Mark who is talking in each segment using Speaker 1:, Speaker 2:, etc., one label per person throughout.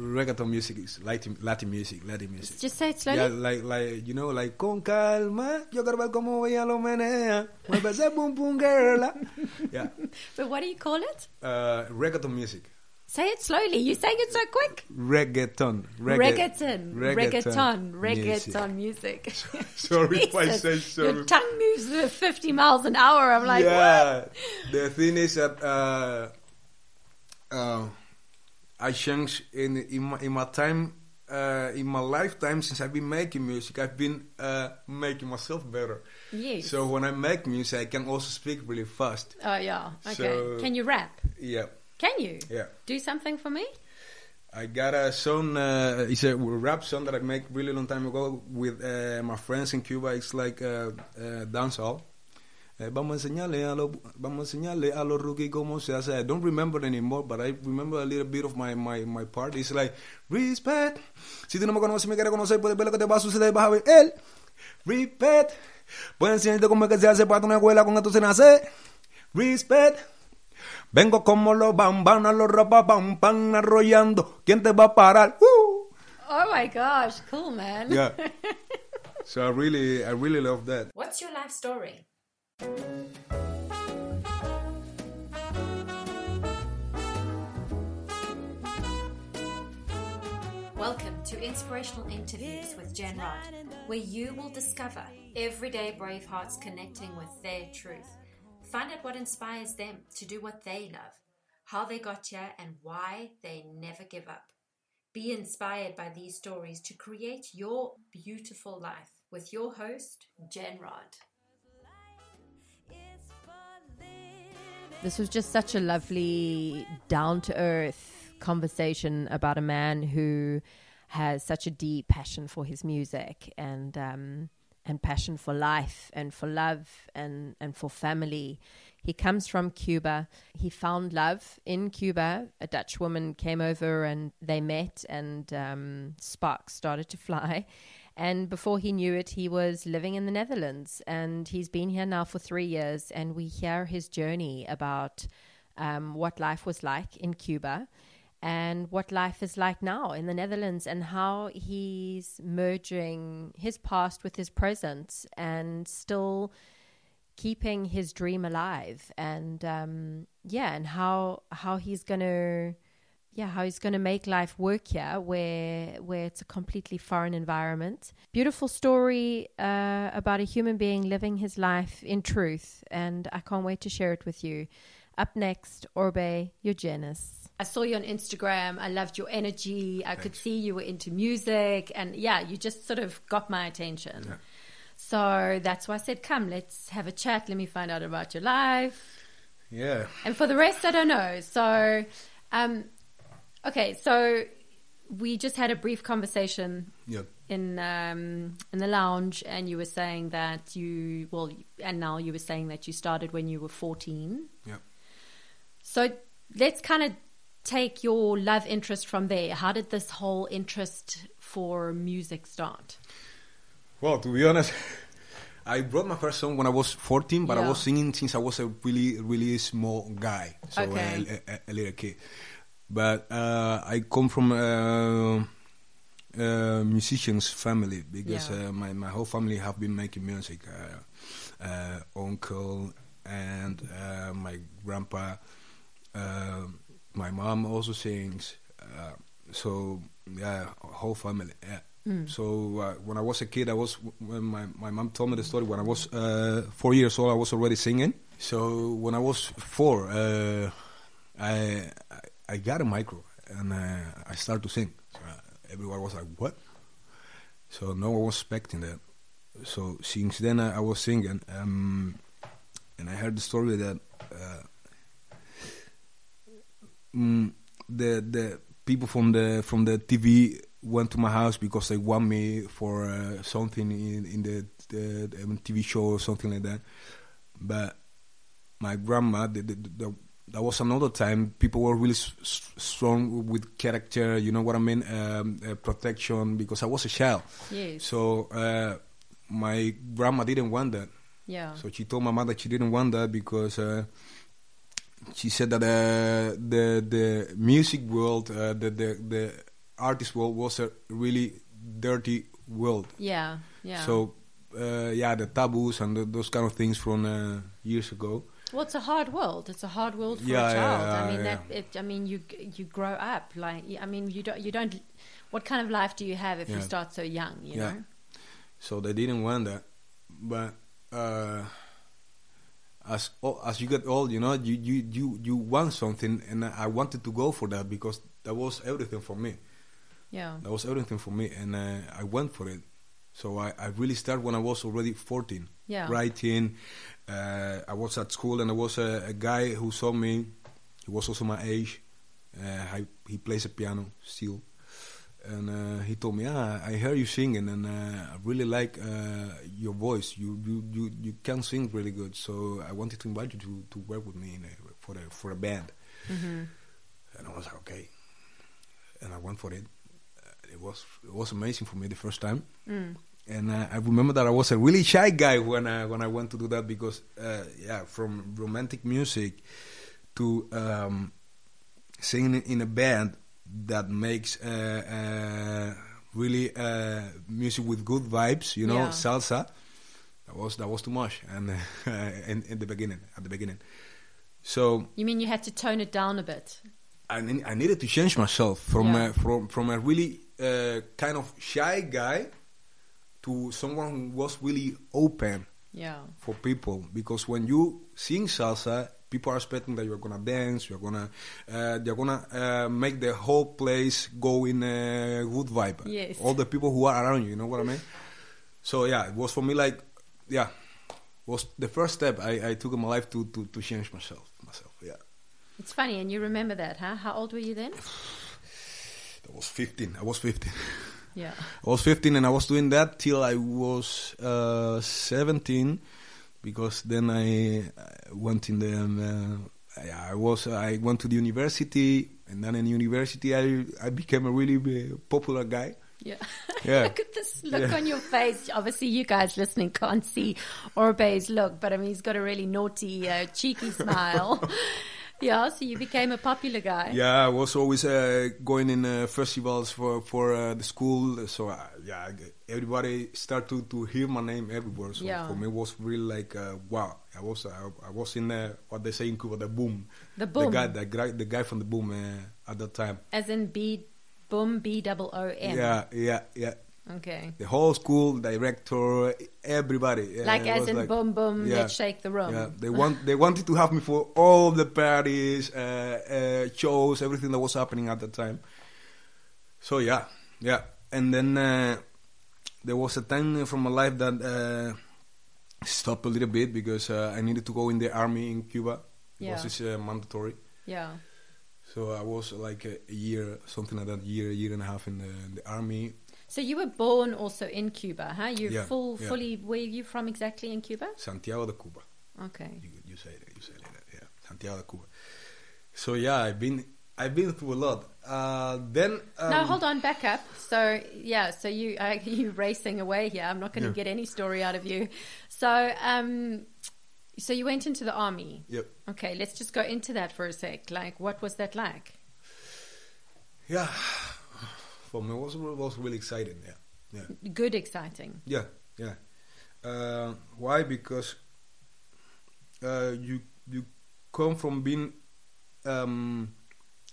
Speaker 1: reggaeton music is Latin, Latin music, Latin music.
Speaker 2: Just say it slowly.
Speaker 1: Yeah, like, like, you know, like, con calma, yo quiero ver cómo ella lo menea, mueve ese pum pum girl. Yeah,
Speaker 2: But what do you call it?
Speaker 1: uh, reggaeton music.
Speaker 2: Say it slowly. You're saying it so quick.
Speaker 1: Reggaeton. regga-
Speaker 2: Reggaeton. Reggaeton.
Speaker 1: music.
Speaker 2: Reggaeton music.
Speaker 1: Sorry if I
Speaker 2: Jesus,
Speaker 1: say sorry.
Speaker 2: Your tongue moves at 50 miles an hour. I'm like,
Speaker 1: yeah. The thing is that uh, uh, I changed in in my, in my time uh, in my lifetime since I've been making music. I've been uh, making myself better.
Speaker 2: what? Yes.
Speaker 1: So when I make music, I can also speak really fast.
Speaker 2: oh, yeah. Okay.
Speaker 1: So-
Speaker 2: Can you rap?
Speaker 1: Yeah,
Speaker 2: Can you?
Speaker 1: yeah.
Speaker 2: Do something for me?
Speaker 1: I got a song. Uh, it's a rap song that I make really long time ago with uh, my friends in Cuba. It's like uh, uh, dancehall. Eh, vamos a enseñarle a los vamos a enseñarle a los rookies cómo se hace. I don't remember anymore, but I remember a little bit of my my my part. It's like respect. Si tú no me conoces, me quieres conocer, puedes ver lo que te va a suceder, vas a ver él. Respect. Puedes enseñarte cómo es que se hace para una escuela con esto se nace. Respect. Vengo como los bambanas, los rapapampan arrollando. ¿Quién te va a parar? ¡Uh!
Speaker 2: Oh, my gosh. Cool, man.
Speaker 1: Yeah. So I really, I really love that.
Speaker 2: What's your life story? Welcome to Inspirational Interviews with Jen Rod, where you will discover everyday brave hearts connecting with their truth. Find out what inspires them to do what they love, how they got here, and why they never give up. Be inspired by these stories to create your beautiful life with your host, Jen Rod.
Speaker 3: This was just such a lovely, down to earth conversation about a man who has such a deep passion for his music and um, and passion for life and for love and and for family. He comes from Cuba. He found love in Cuba. A Dutch woman came over and they met, and um, sparks started to fly. And before he knew it, he was living in the Netherlands. And he's been here now for three years. And we hear his journey about um, what life was like in Cuba and what life is like now in the Netherlands and how he's merging his past with his present and still keeping his dream alive and um yeah and how how he's gonna yeah how he's gonna make life work here where where it's a completely foreign environment beautiful story uh, about a human being living his life in truth and i can't wait to share it with you up next orbe eugenis
Speaker 2: I saw you on Instagram. I loved your energy. I could see you were into music. And yeah, you just sort of got my attention. So that's why I said, come, let's have a chat. Let me find out about your life.
Speaker 1: Yeah.
Speaker 2: And for the rest, I don't know. So, um, okay, so we just had a brief conversation
Speaker 1: Yeah.
Speaker 2: in um, in the lounge, and you were saying that you well, and now you were saying that you started when you were fourteen.
Speaker 1: Yeah.
Speaker 2: So let's kind of take your love interest from there. How did this whole interest for music start?
Speaker 1: Well, to be honest, I wrote my first song when I was 14, but I
Speaker 2: Yeah.
Speaker 1: was singing since I was a really, really small guy, so
Speaker 2: Okay.
Speaker 1: a, a, a little kid. But uh, I come from a, a musician's family because
Speaker 2: Yeah.
Speaker 1: uh, my my whole family have been making music. Uh, uh, uncle and uh, my grandpa, uh, my mom also sings. Uh, so yeah, whole family. Yeah. So uh, when I was a kid, I was when my my mom told me the story. When I was uh, four years old, I was already singing. So when I was four, uh, I, I I got a micro and uh, I started to sing. So, uh, everyone was like, "What?" So no one was expecting that. So since then I, I was singing, um, and I heard the story that uh, mm, the the people from the from the TV went to my house because they want me for uh, something in in the, the, the TV show or something like that. But my grandma, the, the, the, that was another time. People were really s- s- strong with character. You know what I mean? Um, uh, protection because I was a child.
Speaker 2: Yes.
Speaker 1: So uh, my grandma didn't want that.
Speaker 2: Yeah.
Speaker 1: So she told my mom that she didn't want that because uh, she said that uh, the the music world, uh, the the the artist world was a really dirty world.
Speaker 4: Yeah. Yeah.
Speaker 1: So, uh, yeah, the taboos and th those kind of things from uh, years ago.
Speaker 4: Well, it's a hard world. It's a hard world for
Speaker 1: Yeah,
Speaker 4: a
Speaker 1: yeah,
Speaker 4: child. I
Speaker 1: yeah,
Speaker 4: mean,
Speaker 1: yeah.
Speaker 4: that. It, I mean, you you grow up. Like, I mean, you don't. You don't. What kind of life do you have if you
Speaker 1: Yeah.
Speaker 4: start so young? You
Speaker 1: Yeah.
Speaker 4: know.
Speaker 1: So they didn't want that. But uh, as o as you get old, you know, you, you, you, you want something, and I wanted to go for that because that was everything for me.
Speaker 4: Yeah.
Speaker 1: That was everything for me, and uh, I went for it. So I, I really started when I was already 14.
Speaker 4: Yeah.
Speaker 1: Writing. Uh, I was at school, and there was a, a guy who saw me. He was also my age. Uh, I, he plays the piano still. And uh, he told me, ah, I hear you singing, and uh, I really like uh, your voice. You, you you you can sing really good. So I wanted to invite you to, to work with me in a, for a for a band.
Speaker 4: Mm-hmm.
Speaker 1: And I was like, okay. And I went for it. Uh, It was it was amazing for me the first time. And uh, I remember that I was a really shy guy when I when I went to do that because uh, yeah, from romantic music to um, singing in a band that makes uh, uh, really uh, music with good vibes, you know,
Speaker 4: Yeah.
Speaker 1: salsa. That was that was too much, and uh, in, in the beginning, at the beginning. So
Speaker 4: You mean you had to tone it down a bit?
Speaker 1: I, ne- I needed to change myself from
Speaker 4: Yeah.
Speaker 1: a, from from a really uh, kind of shy guy to someone who was really open
Speaker 4: Yeah.
Speaker 1: for people because when you sing salsa people are expecting that you're gonna dance you're gonna uh, they're gonna uh, make the whole place go in a good vibe
Speaker 4: Yes.
Speaker 1: all the people who are around you you know what i mean so yeah it was for me like yeah was the first step i, I took in my life to, to, to change myself myself yeah
Speaker 4: It's funny, and you remember that, huh? How old were you then?
Speaker 1: that was 15 i was 15
Speaker 4: Yeah.
Speaker 1: I was 15 and I was doing that till I was uh, 17 because then I uh, went in the um, uh, I I was I went to the university and then in university I I became a really uh, popular guy.
Speaker 4: Yeah.
Speaker 1: Yeah.
Speaker 4: look at this look
Speaker 1: Yeah.
Speaker 4: on your face. Obviously, you guys listening can't see Orbe's look, but I mean, he's got a really naughty, uh, cheeky smile. yeah, so you became a popular guy.
Speaker 1: Yeah, I was always uh, going in uh, festivals for for uh, the school. So uh, yeah, I g- everybody started to, to hear my name everywhere. So
Speaker 4: Yeah.
Speaker 1: for me, it was really like uh, wow. I was I, I was in uh, what they say in Cuba, the boom.
Speaker 4: The boom.
Speaker 1: The guy, the guy, the guy from the boom uh, at that time.
Speaker 4: As in B, boom, B double O M.
Speaker 1: Yeah, yeah, yeah.
Speaker 4: Okay.
Speaker 1: The whole school, director, everybody. Yeah,
Speaker 4: Like
Speaker 1: it
Speaker 4: as
Speaker 1: was
Speaker 4: in boom, boom,
Speaker 1: yeah.
Speaker 4: let's shake the room.
Speaker 1: Yeah, they want they wanted to have me for all the parties, uh, uh, shows, everything that was happening at that time. So yeah, yeah, and then uh, there was a time from my life that uh, stopped a little bit because uh, I needed to go in the army in Cuba.
Speaker 4: Yeah.
Speaker 1: It was just, uh, mandatory.
Speaker 4: Yeah.
Speaker 1: So I was like a, a year, something like that, year, year and a half in the, in the army.
Speaker 4: So you were born also in Cuba, huh? You
Speaker 1: Yeah,
Speaker 4: full,
Speaker 1: yeah.
Speaker 4: fully. Where are you from exactly in Cuba?
Speaker 1: Santiago de Cuba.
Speaker 4: Okay.
Speaker 1: You, you say that. You say like that. Yeah, Santiago de Cuba. So yeah, I've been I've been through a lot. Uh, then um,
Speaker 4: no, hold on, back up. So yeah, so you uh, you racing away here. I'm not going to
Speaker 1: Yeah.
Speaker 4: get any story out of you. So um, so you went into the army.
Speaker 1: Yep.
Speaker 4: Okay, let's just go into that for a sec. Like, what was that like?
Speaker 1: Yeah, for me it was it was really exciting. Yeah, yeah,
Speaker 4: Good, exciting.
Speaker 1: yeah, yeah. Uh, why? Because uh, you you come from being um,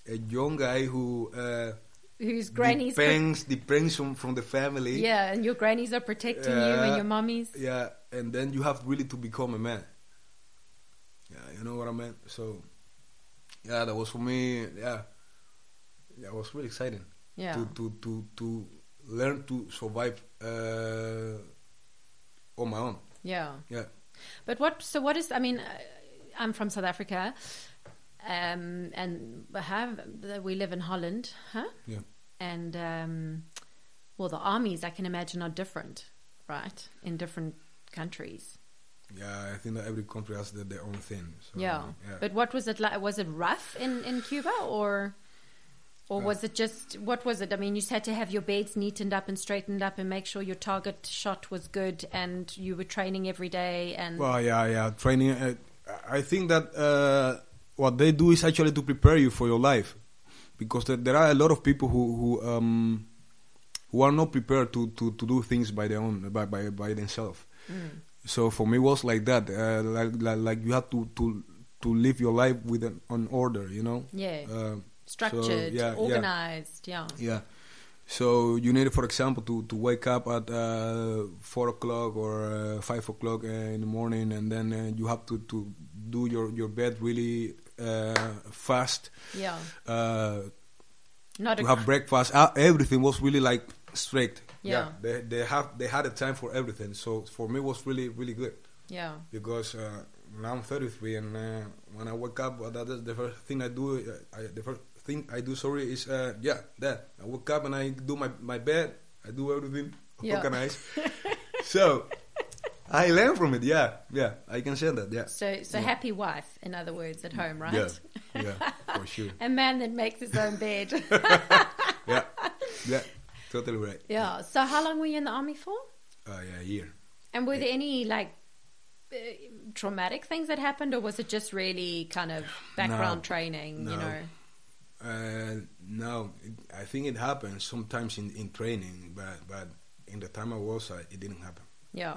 Speaker 1: a young guy who. Uh,
Speaker 4: Whose grannies? pro-
Speaker 1: depends depends from, from the family.
Speaker 4: yeah, and your grannies are protecting you, and
Speaker 1: Yeah.
Speaker 4: your mummies.
Speaker 1: Yeah, and then you have really to become a man. Yeah, you know what I mean. So, yeah, that was for me. Yeah, yeah, it was really exciting.
Speaker 4: Yeah.
Speaker 1: To to to to learn to survive uh, on my own.
Speaker 4: Yeah.
Speaker 1: Yeah.
Speaker 4: But what? So what is? I mean, uh, I'm from South Africa, um, and we have we live in Holland, huh?
Speaker 1: Yeah.
Speaker 4: and um, well, the armies I can imagine are different, right? In different countries.
Speaker 1: Yeah, I think that every country has their, their own thing. So,
Speaker 4: yeah.
Speaker 1: yeah.
Speaker 4: But what was it like? Was it rough in in Cuba or?
Speaker 1: Uh,
Speaker 4: Or was it just what was it? I mean, you just had to have your beds neatened up and straightened up, and make sure your target shot was good, and you were training every day. And
Speaker 1: Well, yeah, yeah. Training. Uh, I think that uh, what they do is actually to prepare you for your life, because there, there are a lot of people who who um, who are not prepared to, to, to do things by their own by by, by themselves. So for me, it was like that. Uh, like, like like you have to to to live your life with an, an order, you know.
Speaker 4: Yeah.
Speaker 1: Uh,
Speaker 4: Structured,
Speaker 1: yeah, yeah.
Speaker 4: organized, yeah.
Speaker 1: yeah. So you need, for example, to, to wake up at uh, four o'clock or uh, five o'clock uh, in the morning, and then uh, you have to, to do your, your bed really uh, fast.
Speaker 4: Yeah.
Speaker 1: Uh,
Speaker 4: Not a
Speaker 1: to have breakfast. Uh, everything was really like strict.
Speaker 4: Yeah.
Speaker 1: They they have they had a time for everything. So for me, it was really really good
Speaker 4: yeah.
Speaker 1: because uh, now I'm 33, and uh, when I wake up, uh, that is the first thing I do. uh, I, the first thing I do, sorry, is uh, yeah, that I wake up and I do my, my bed. I do everything
Speaker 4: Yeah.
Speaker 1: organized. so I learn from it. Yeah, yeah, I can say that. Yeah,
Speaker 4: So so happy wife, in other words, at home, right?
Speaker 1: yeah, yeah, for sure.
Speaker 4: A man that makes his own bed.
Speaker 1: Yeah, yeah, totally right.
Speaker 4: yeah. So how long were you in the army for?
Speaker 1: Uh, yeah, here.
Speaker 4: And were there any like uh, traumatic things that happened, or was it just really kind of background
Speaker 1: No.
Speaker 4: training? You
Speaker 1: No.
Speaker 4: know.
Speaker 1: Uh, no, it, I think it happens sometimes in, in training, but but in the time I was, I, it didn't happen.
Speaker 4: Yeah.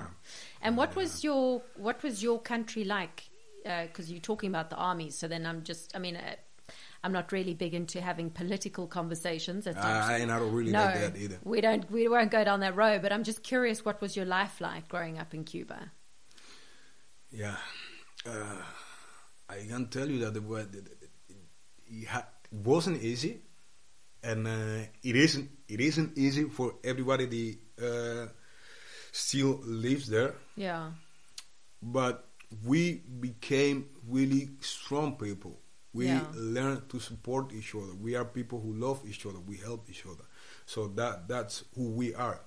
Speaker 4: And what was your what was your country like? Because you're talking about the army, so then I'm just I mean. Uh, I'm not really big into having political conversations. That's not-
Speaker 1: I, and I don't really
Speaker 4: no,
Speaker 1: like that either.
Speaker 4: we don't. We won't go down that road. But I'm just curious, what was your life like growing up in Cuba?
Speaker 1: Yeah, uh, I can tell you that the word it, it ha- wasn't easy, and uh, it isn't. It isn't easy for everybody that uh, still lives there.
Speaker 4: Yeah,
Speaker 1: but we became really strong people. We
Speaker 4: Yeah.
Speaker 1: learned to support each other. We are people who love each other. We help each other. So that that's who we are.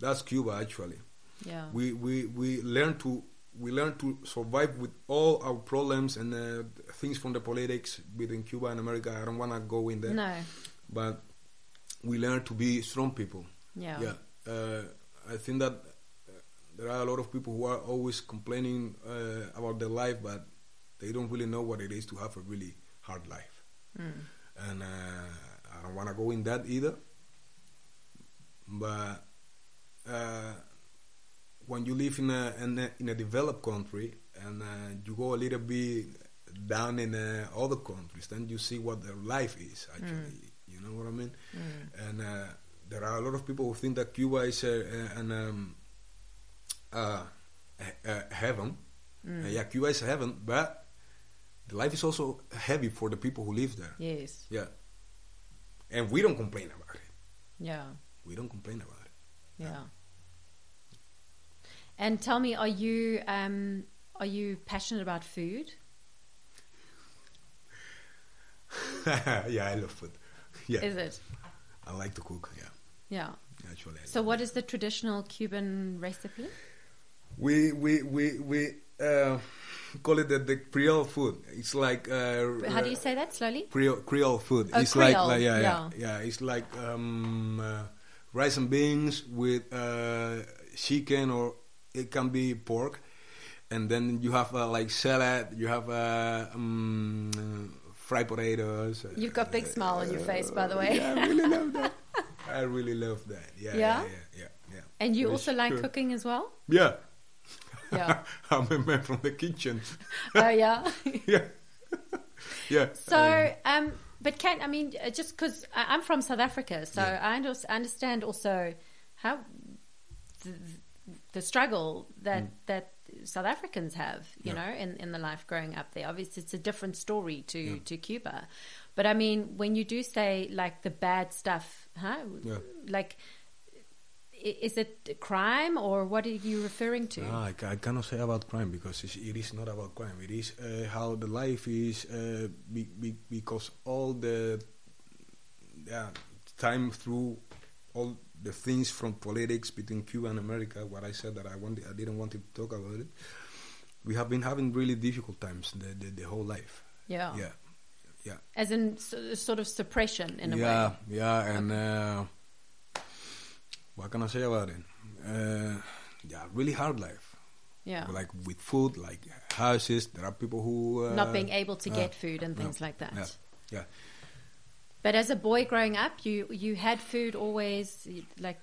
Speaker 1: That's Cuba actually.
Speaker 4: yeah,
Speaker 1: We we we learn to we learn to survive with all our problems and uh, things from the politics between Cuba and America. I don't want to go in there.
Speaker 4: no,
Speaker 1: But we learn to be strong people.
Speaker 4: yeah,
Speaker 1: Yeah, uh, I think that uh, there are a lot of people who are always complaining uh, about their life, but they don't really know what it is to have a really hard life.
Speaker 4: Mm.
Speaker 1: And uh, I don't want to go in that either. But uh, when you live in a, in a in a developed country and uh, you go a little bit down in uh, other countries, then you see what their life is actually. You know what I mean? And uh, there are a lot of people who think that Cuba is a, a, an um, uh, a, a heaven. Uh, yeah, Cuba is a heaven, but the life is also heavy for the people who live there.
Speaker 4: yes,
Speaker 1: Yeah. And we don't complain about it.
Speaker 4: yeah,
Speaker 1: We don't complain about it.
Speaker 4: yeah. And tell me, are you um, are you passionate about food?
Speaker 1: yeah, I love food. Yeah.
Speaker 4: Is it?
Speaker 1: I like to cook. Yeah,
Speaker 4: Yeah.
Speaker 1: actually. I
Speaker 4: So,
Speaker 1: do.
Speaker 4: what is the traditional Cuban recipe?
Speaker 1: we we we we uh, call it the, the Creole food. It's like uh,
Speaker 4: How do you say that slowly?
Speaker 1: Creole, Creole food.
Speaker 4: Oh,
Speaker 1: it's
Speaker 4: Creole,
Speaker 1: like, like yeah, yeah,
Speaker 4: yeah.
Speaker 1: yeah. It's like um, uh, rice and beans with uh, chicken, or it can be pork, and then you have uh, like salad. You have uh, um, fried potatoes.
Speaker 4: You've got a big smile on your face, by the way.
Speaker 1: Yeah, I really love that. I really love that. Yeah,
Speaker 4: Yeah?
Speaker 1: yeah, yeah, yeah. yeah.
Speaker 4: And you
Speaker 1: Yes,
Speaker 4: also like
Speaker 1: sure.
Speaker 4: cooking as well?
Speaker 1: Yeah.
Speaker 4: Yeah.
Speaker 1: I'm a man from the kitchen.
Speaker 4: oh, yeah.
Speaker 1: yeah. yeah.
Speaker 4: So, um, but can I mean uh, just because I'm from South Africa, so I under- I understand also how the, the struggle that that South Africans have, you
Speaker 1: Mm. Yeah.
Speaker 4: know, in, in the life growing up there. Obviously, it's a different story to to Cuba, but I mean, when you do say like the bad stuff, huh?
Speaker 1: Yeah.
Speaker 4: Like, i- is it crime or what are you referring to?
Speaker 1: No, Ah, I, ca- I cannot say about crime because it's, it is not about crime. It is uh, how the life is uh, be, be, because all the yeah, time through all the things from politics between Cuba and America. What I said that I wanted, I didn't want to talk about it. We have been having really difficult times the the, the whole life.
Speaker 4: Yeah.
Speaker 1: Yeah, yeah.
Speaker 4: As in so, sort of suppression in a
Speaker 1: yeah,
Speaker 4: way.
Speaker 1: yeah, and uh, what can I say about it? Uh, yeah, really hard life.
Speaker 4: Yeah.
Speaker 1: Like with food, like houses. There are people who uh,
Speaker 4: not being able to
Speaker 1: uh,
Speaker 4: get food and
Speaker 1: yeah,
Speaker 4: things like that.
Speaker 1: Yeah, yeah.
Speaker 4: But as a boy growing up, you you had food always, like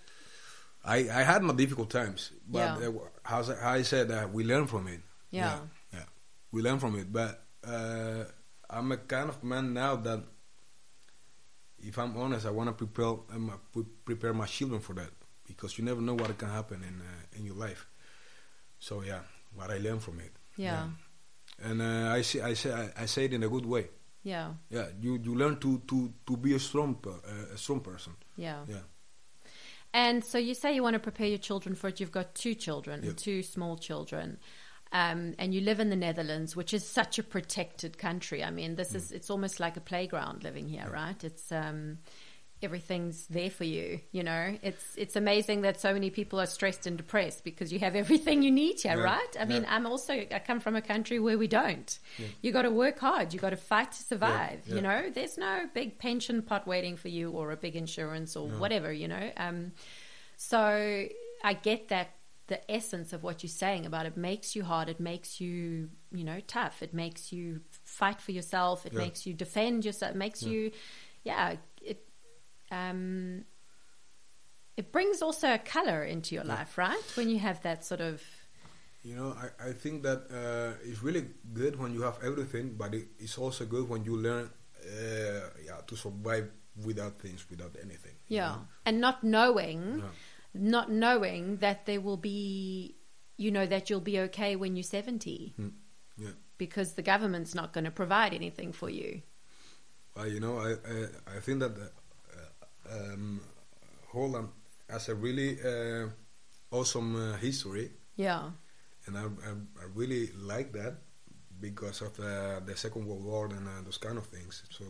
Speaker 1: I, I had my difficult times, but
Speaker 4: Yeah.
Speaker 1: uh, w- as, I- how I said, uh, we learn from it.
Speaker 4: Yeah.
Speaker 1: yeah, we learn from it. But uh, I'm a kind of man now that, if I'm honest, I want to prepare um, uh, pre- prepare my children for that because you never know what can happen in uh, in your life. So yeah, what I learned from it.
Speaker 4: Yeah.
Speaker 1: and uh, I say I say I, I say it in a good way.
Speaker 4: yeah,
Speaker 1: Yeah, you you learn to to to be a strong per, uh, a strong person.
Speaker 4: yeah.
Speaker 1: Yeah.
Speaker 4: And so you say you want to prepare your children for it. You've got two children,
Speaker 1: Yep.
Speaker 4: two small children, um, and you live in the Netherlands, which is such a protected country. I mean, this is—it's almost like a playground living here, right? It's um, everything's there for you. You know, it's—it's amazing that so many people are stressed and depressed because you have everything you need here,
Speaker 1: Yeah,
Speaker 4: right? I mean,
Speaker 1: yeah.
Speaker 4: I'm also—I come from a country where we don't. You got to work hard. You got to fight to survive.
Speaker 1: yeah.
Speaker 4: You know know, there's no big pension pot waiting for you or a big insurance or whatever, you know. Um, so I get that the essence of what you're saying about it makes you hard, it makes you, you know, tough, it makes you fight for yourself, it
Speaker 1: Yeah.
Speaker 4: makes you defend yourself, it makes you, yeah, it, um, it brings also a color into your life, right? When you have that sort of,
Speaker 1: You know, I, I think that uh, it's really good when you have everything, but it, it's also good when you learn uh, yeah, to survive without things, without anything. you
Speaker 4: yeah,
Speaker 1: know?
Speaker 4: and not knowing.
Speaker 1: Yeah.
Speaker 4: not knowing that there will be, you know, that you'll be okay when you're 70
Speaker 1: Hmm. Yeah.
Speaker 4: because the government's not going to provide anything for you.
Speaker 1: Well, you know, I, I, I think that uh, um, Holland has a really uh, awesome uh, history,
Speaker 4: Yeah.
Speaker 1: and I, I, I really like that because of the, the Second World War and uh, those kind of things. So,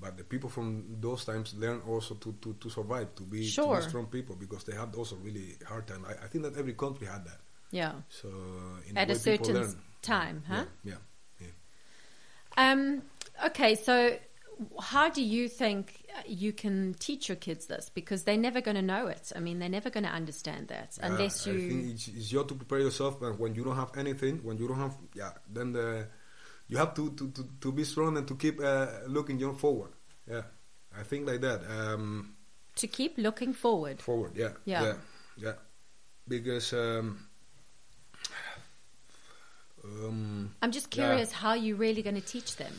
Speaker 1: but the people from those times learn also to, to, to survive, to be, to be
Speaker 4: Sure.
Speaker 1: strong people because they had also really hard time. I, I think that every country had that.
Speaker 4: Yeah.
Speaker 1: So in
Speaker 4: At
Speaker 1: way
Speaker 4: a
Speaker 1: people
Speaker 4: certain
Speaker 1: learn.
Speaker 4: s- time, huh?
Speaker 1: Yeah, yeah, yeah.
Speaker 4: Um, okay, so how do you think you can teach your kids this? Because they're never going to know it. I mean, they're never going to understand that
Speaker 1: Uh,
Speaker 4: unless you.
Speaker 1: I think it's, it's you have to prepare yourself, and when you don't have anything, when you don't have, yeah, then the, you have to, to, to, to be strong and to keep uh, looking your forward. Yeah, I think like that. Um,
Speaker 4: to keep looking forward.
Speaker 1: forward, yeah,
Speaker 4: Yeah.
Speaker 1: yeah, yeah. because um, um,
Speaker 4: I'm just
Speaker 1: Yeah.
Speaker 4: curious how you're really going to teach them.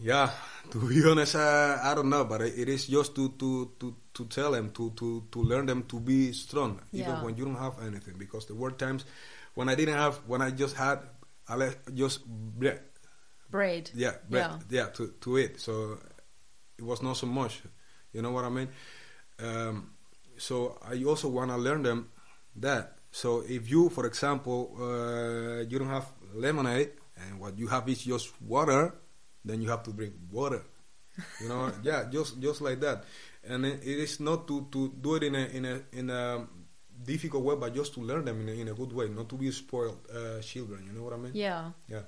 Speaker 1: Yeah, to be honest, uh, I don't know, but it it is just to to to to tell them to to to learn them to be strong,
Speaker 4: Yeah.
Speaker 1: even when you don't have anything. Because the were times when I didn't have, when I just had, I left just bread,
Speaker 4: Bread.
Speaker 1: yeah, bread, yeah, to to it. So it was not so much, you know what I mean. Um, so I also wanna learn them that. So if you, for example, uh, you don't have lemonade and what you have is just water, then you have to drink water. You know, yeah, just just like that. And it, it is not to, to do it in a in a in a difficult way, but just to learn them in a, in a good way, not to be spoiled uh, children. You know what I mean?
Speaker 4: Yeah.
Speaker 1: Yeah.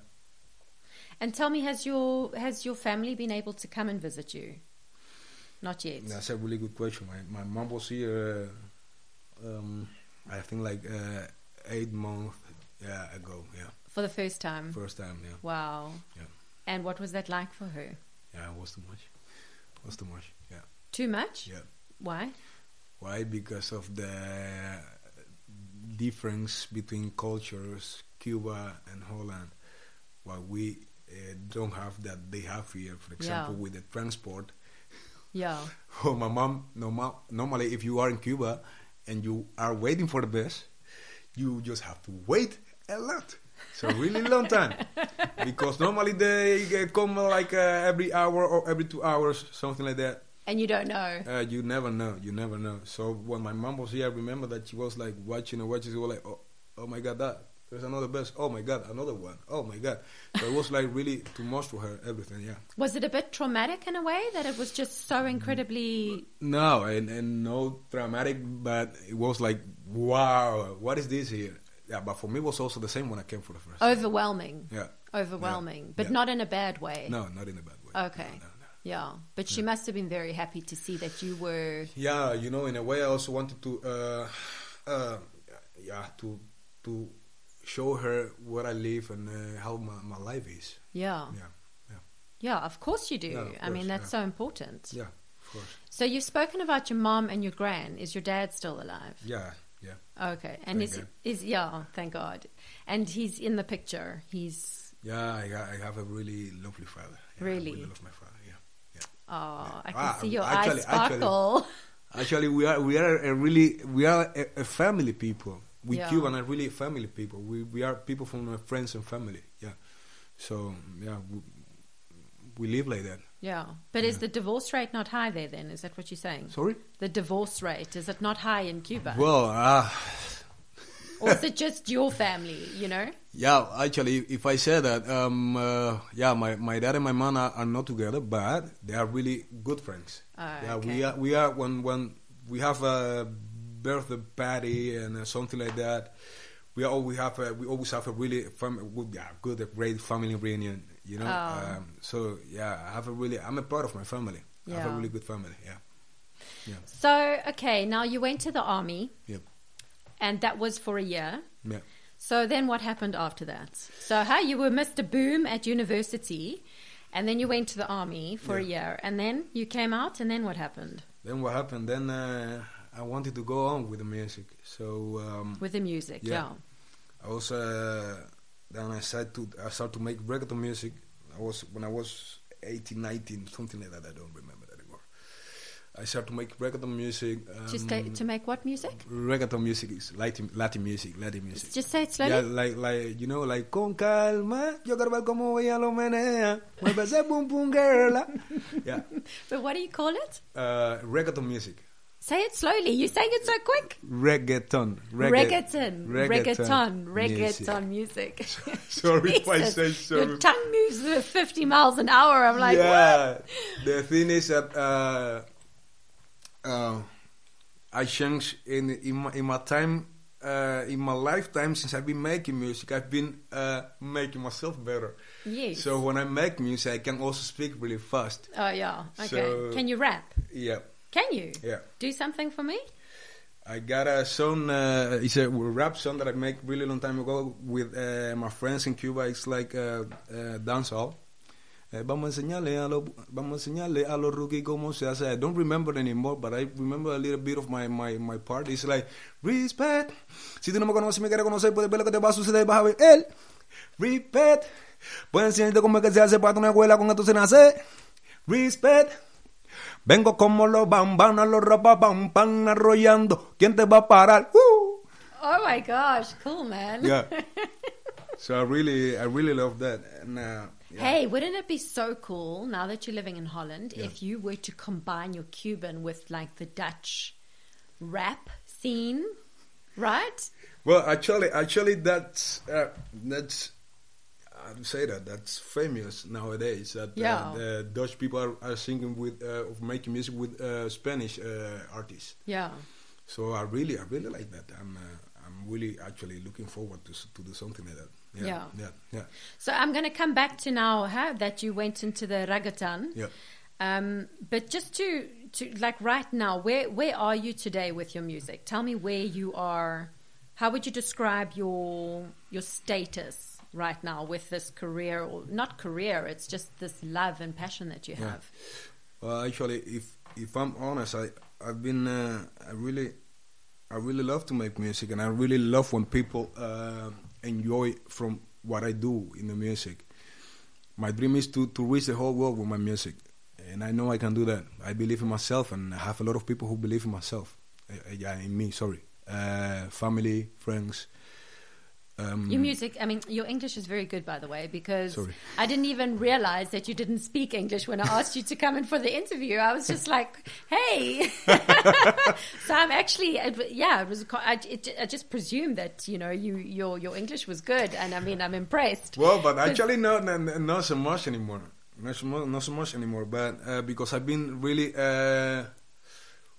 Speaker 4: And tell me, has your has your family been able to come and visit you? Not yet.
Speaker 1: That's a really good question. My my mom was here, uh, um, I think like uh, eight months yeah, ago. Yeah,
Speaker 4: For the first time.
Speaker 1: first time. Yeah,
Speaker 4: wow.
Speaker 1: yeah,
Speaker 4: And what was that like for her?
Speaker 1: yeah. It was too much. It was too much. Yeah,
Speaker 4: Too much?
Speaker 1: yeah.
Speaker 4: Why?
Speaker 1: Why? Because of the difference between cultures, Cuba and Holland. What we uh, don't have that they have here, for example, with the transport.
Speaker 4: Yeah.
Speaker 1: Oh, my mom, norma- normally if you are in Cuba and you are waiting for the bus, you just have to wait a lot. So really long time. Because normally they uh, come uh, like uh, every hour or every two hours, something like that.
Speaker 4: And you don't know.
Speaker 1: Uh, you never know. You never know. So when my mom was here, I remember that she was like watching and watching. She was like, oh, oh my God, that. There's another bus. Oh my God, another one. Oh my God. So it was like really too much for her, everything, yeah.
Speaker 4: Was it a bit traumatic in a way that it was just
Speaker 1: Mm-hmm.
Speaker 4: so incredibly
Speaker 1: No, and, and no dramatic, but it was like, wow, what is this here? Yeah, but for me, it was also the same when I came for the first
Speaker 4: Oh.
Speaker 1: time.
Speaker 4: overwhelming?
Speaker 1: Yeah.
Speaker 4: Overwhelming,
Speaker 1: Yeah.
Speaker 4: but
Speaker 1: Yeah.
Speaker 4: not in a bad way.
Speaker 1: No, not in a bad way.
Speaker 4: Okay.
Speaker 1: No, no, no.
Speaker 4: Yeah. But she must have been very happy to see that you were.
Speaker 1: Yeah, you know, in a way, I also wanted to, uh, uh, yeah, to to show her where I live and uh, how my, my life is.
Speaker 4: Yeah.
Speaker 1: Yeah, yeah.
Speaker 4: Yeah, of course you do.
Speaker 1: Yeah, of
Speaker 4: I mean,
Speaker 1: course,
Speaker 4: that's
Speaker 1: yeah.
Speaker 4: so important.
Speaker 1: Yeah, of course.
Speaker 4: So you've spoken about your mom and your gran. Is your dad still alive?
Speaker 1: Yeah, yeah.
Speaker 4: Okay, and
Speaker 1: Thank
Speaker 4: is
Speaker 1: God.
Speaker 4: is yeah, thank God, and he's in the picture. He's
Speaker 1: Yeah, I, ha- I have a really lovely father. Yeah,
Speaker 4: Really?
Speaker 1: I really love my father, yeah.
Speaker 4: oh, I can
Speaker 1: Ah,
Speaker 4: see your
Speaker 1: actually-
Speaker 4: eyes sparkle.
Speaker 1: Actually, we are we are a really we are a, a family people. We
Speaker 4: Yeah.
Speaker 1: Cuban are really family people. We we are people from our friends and family. Yeah. So yeah, we, we live like that.
Speaker 4: yeah, but is the divorce rate not high there? Then is that what you're saying?
Speaker 1: Sorry.
Speaker 4: the divorce rate is it not high in Cuba,
Speaker 1: Well, ah,
Speaker 4: or is it just your family? You know?
Speaker 1: yeah. Actually, if I say that, um, uh, yeah, my, my dad and my mom are, are not together, but they are really good friends.
Speaker 4: Ah,
Speaker 1: yeah,
Speaker 4: okay.
Speaker 1: we are we are when when we have a birthday party and uh, something like that. We all we have a, we always have a really fam- we are good a great family reunion. You know.
Speaker 4: Oh.
Speaker 1: Um, so yeah, I have a really I'm a part of my family. I have a
Speaker 4: Yeah.
Speaker 1: really good family. Yeah. Yeah.
Speaker 4: So okay, now you went to the army,
Speaker 1: Yeah.
Speaker 4: and that was for a year.
Speaker 1: Yeah.
Speaker 4: So then what happened after that? So how you were Mr. Boom at university and then you went to the army for a year and then you came out and then what happened
Speaker 1: Then what happened? Then uh, I wanted to go on with the music. So um,
Speaker 4: with the music? Yeah.
Speaker 1: Yeah. I was uh, then I started to I started to make reggaeton music. I was when I was 18, 19, something like that. I don't remember that anymore. I started to make reggaeton music. Um,
Speaker 4: Just say, to make what music?
Speaker 1: reggaeton music is Latin, Latin music, Latin music.
Speaker 4: Just say it slowly.
Speaker 1: Yeah, like like you know, like con calma, yo quiero ver cómo ella lo menea, mueve ese boom boom girl. yeah,
Speaker 4: But what do you call it?
Speaker 1: uh, reggaeton music.
Speaker 4: Say it slowly. You're saying it so quick.
Speaker 1: Reggaeton. reggae-
Speaker 4: Reggaeton. Reggaeton.
Speaker 1: music.
Speaker 4: Reggaeton music.
Speaker 1: Sorry if I
Speaker 4: Jesus,
Speaker 1: say
Speaker 4: Your
Speaker 1: sorry.
Speaker 4: tongue moves at 50 miles an hour. I'm like,
Speaker 1: yeah. The thing is that uh, uh, I changed in in my, in my time uh, in my lifetime since I've been making music. I've been uh, making myself better.
Speaker 4: what? Yes.
Speaker 1: So when I make music, I can also speak really fast.
Speaker 4: oh, yeah. Okay.
Speaker 1: So-
Speaker 4: Can you rap?
Speaker 1: Yeah,
Speaker 4: Can you?
Speaker 1: yeah.
Speaker 4: Do something for me?
Speaker 1: I got a song. Uh, it's a rap song that I make really long time ago with uh, my friends in Cuba. It's like uh, uh, dancehall. Eh, vamos a enseñarle a los vamos a enseñarle a los rookies cómo se hace. I don't remember anymore, but I remember a little bit of my my my part. It's like respect. Si tú no me conoces, y me quieres conocer, puedes ver lo que te va a suceder. Vas a ver él. Respect. Puedes enseñarte cómo es que se hace para una escuela con esto se nace. Respect. Vengo como los bambanas, los rapapam, pan arrollando. ¿Quién te va a parar? ¡Uh!
Speaker 4: Oh my gosh, cool man.
Speaker 1: Yeah. so I really, I really love that. And, uh, yeah.
Speaker 4: Hey, wouldn't it be so cool now that you're living in Holland if you were to combine your Cuban with like the Dutch rap scene, right?
Speaker 1: Well, actually, actually, that's uh, that's. I would say that that's famous nowadays. That
Speaker 4: Yeah.
Speaker 1: uh, the Dutch people are, are singing with, uh, of making music with uh, Spanish uh, artists.
Speaker 4: Yeah.
Speaker 1: So I really, I really like that. I'm, uh, I'm really actually looking forward to s- to do something like that.
Speaker 4: Yeah.
Speaker 1: yeah, yeah.
Speaker 4: So I'm going to come back to now how that you went into the reggaeton.
Speaker 1: yeah.
Speaker 4: Um, but just to to like right now, where where are you today with your music? Tell me where you are. How would you describe your your status right now with this career or not career? It's just this love and passion that you
Speaker 1: Yeah.
Speaker 4: have.
Speaker 1: Well, actually, if if I'm honest, I I've been uh, I really I really love to make music, and I really love when people uh, enjoy from what I do in the music. My dream is to to reach the whole world with my music, and I know I can do that. I believe in myself, and I have a lot of people who believe in myself. Uh, uh, yeah, in me. Sorry, uh, family, friends. Um,
Speaker 4: Your music, I mean, your English is very good, by the way, because
Speaker 1: Sorry.
Speaker 4: I didn't even realize that you didn't speak English when I asked you to come in for the interview. I was just like, hey. so I'm actually, it- yeah, it was, co- I, it, I just presumed that, you know, you your, your English was good. And I mean, I'm impressed.
Speaker 1: Well, but actually, not not, not so much anymore. Not so much, not so much anymore. But uh, because I've been really uh,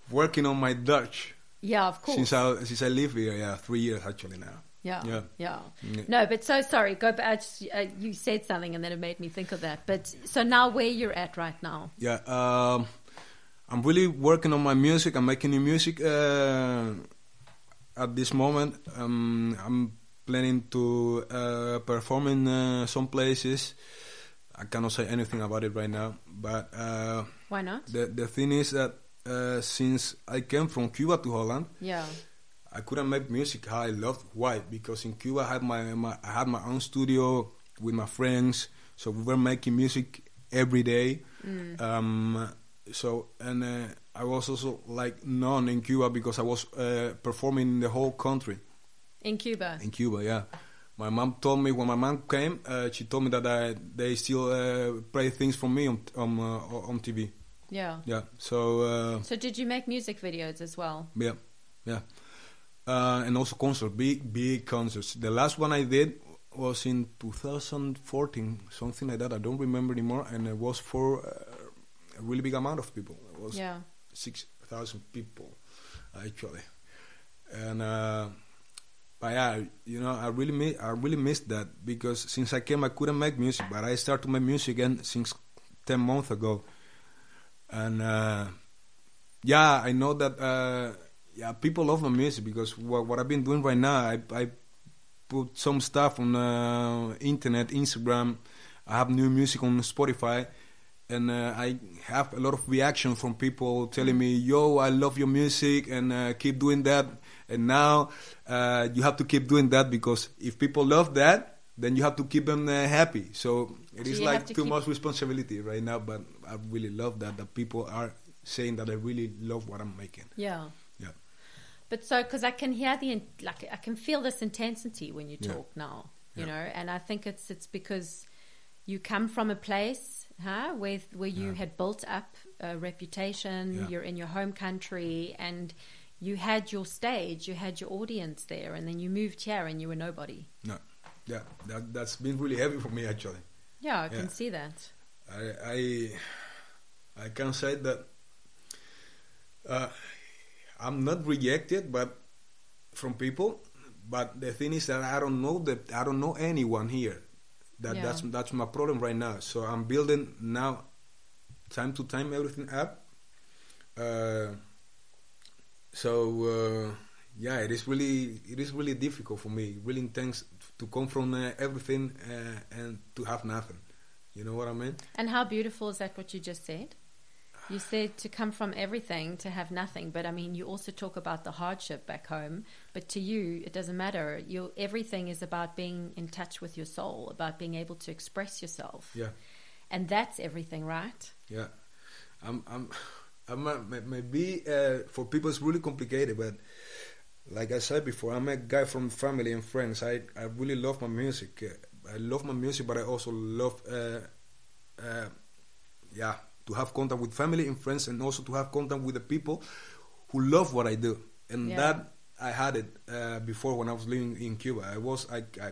Speaker 1: working on my Dutch
Speaker 4: Yeah, of course.
Speaker 1: since I since I live here. Yeah, three years actually now.
Speaker 4: Yeah, yeah,
Speaker 1: Yeah. Yeah.
Speaker 4: No, but so sorry. Go back. I just- uh, You said something, and then it made me think of that. But so now, where you're at right now?
Speaker 1: Yeah, um, I'm really working on my music. I'm making new music uh, at this moment. Um, I'm planning to uh, perform in uh, some places. I cannot say anything about it right now, but uh,
Speaker 4: Why not?
Speaker 1: the the thing is that uh, since I came from Cuba to Holland,
Speaker 4: yeah.
Speaker 1: I couldn't make music how I loved. Why? Because in Cuba, I had my, my I had my own studio with my friends, so we were making music every day. Um, so and uh, I was also like known in Cuba because I was uh, performing in the whole country
Speaker 4: In Cuba.
Speaker 1: in Cuba. Yeah, my mom told me when my mom came, uh, she told me that I, they still uh, play things from me on on, uh, on TV.
Speaker 4: yeah.
Speaker 1: Yeah, so. Uh,
Speaker 4: So did you make music videos as well?
Speaker 1: Yeah, yeah, uh, and also concerts, big big concerts. The last one I did was in 2014, something like that. I don't remember anymore, and it was for uh, a really big amount of people. It was
Speaker 4: Yeah.
Speaker 1: six thousand people actually, and. Uh, but yeah, you know, I really mi- I really missed that because since I came, I couldn't make music, but I started to make music again since ten months ago, and uh, yeah, I know that uh, yeah people love my music because what, what I've been doing right now, I, I put some stuff on uh, internet, Instagram. I have new music on Spotify, and uh, I have a lot of reaction from people telling me, "Yo, I love your music, and uh, keep doing that." And now uh, you have to keep doing that because if people love that, then you have to keep them uh, happy. So it
Speaker 4: So
Speaker 1: is
Speaker 4: you have
Speaker 1: like
Speaker 4: to
Speaker 1: too
Speaker 4: keep-
Speaker 1: much responsibility right now. But I really love that that people are saying that I really love what I'm making.
Speaker 4: Yeah.
Speaker 1: Yeah.
Speaker 4: But so, because I can hear the in- like, I can feel this intensity when you
Speaker 1: Yeah.
Speaker 4: talk now, you
Speaker 1: Yeah.
Speaker 4: know, and I think it's it's because you come from a place, huh, where where you
Speaker 1: Yeah.
Speaker 4: had built up a reputation.
Speaker 1: Yeah.
Speaker 4: You're in your home country, and you had your stage, you had your audience there, and then you moved here, and you were nobody.
Speaker 1: No, yeah, that that's been really heavy for me actually.
Speaker 4: Yeah, I can
Speaker 1: Yeah.
Speaker 4: see that.
Speaker 1: I I, I can say that uh, I'm not rejected, but from people. But the thing is that I don't know that I don't know anyone here. That
Speaker 4: Yeah.
Speaker 1: that's that's my problem right now. So I'm building now, time to time everything up. Uh, so uh, yeah, it is really it is really difficult for me, really intense to come from uh, everything uh, and to have nothing. You know what I mean?
Speaker 4: And how beautiful is that? What you just said. You said to come from everything to have nothing, but I mean, you also talk about the hardship back home. But to you, it doesn't matter. You everything is about being in touch with your soul, about being able to express yourself,
Speaker 1: Yeah,
Speaker 4: and that's everything, right?
Speaker 1: yeah. I'm I'm I'm a, may- maybe uh, for people it's really complicated, but like I said before, I'm a guy from family and friends. I I really love my music. Uh, I love my music, but I also love uh, uh, yeah to have contact with family and friends, and also to have contact with the people who love what I do, and
Speaker 4: Yeah.
Speaker 1: that I had it uh, before when I was living in Cuba. I was I, I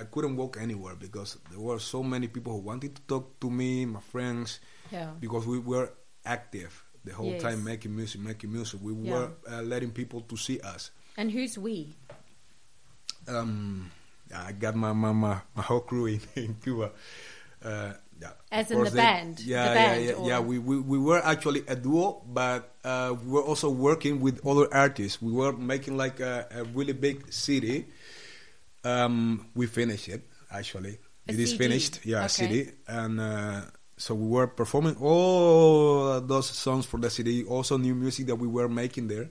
Speaker 1: I couldn't walk anywhere because there were so many people who wanted to talk to me, my friends,
Speaker 4: Yeah.
Speaker 1: because we were active the whole
Speaker 4: Yes.
Speaker 1: time making music, making music. We
Speaker 4: Yeah.
Speaker 1: were uh, letting people to see us.
Speaker 4: And who's we?
Speaker 1: Um, I got my my, my, my whole crew in, in Cuba. Uh, yeah.
Speaker 4: As
Speaker 1: Of
Speaker 4: in
Speaker 1: course
Speaker 4: the band, the
Speaker 1: Yeah,
Speaker 4: band,
Speaker 1: yeah, yeah.
Speaker 4: or-
Speaker 1: yeah. We, we we were actually a duo, but uh, we were also working with other artists. We were making like a, a really big CD. Um, we finished it actually.
Speaker 4: A
Speaker 1: it is
Speaker 4: CD.
Speaker 1: finished. Yeah,
Speaker 4: Okay.
Speaker 1: CD, and uh, so we were performing all those songs for the CD. Also, new music that we were making there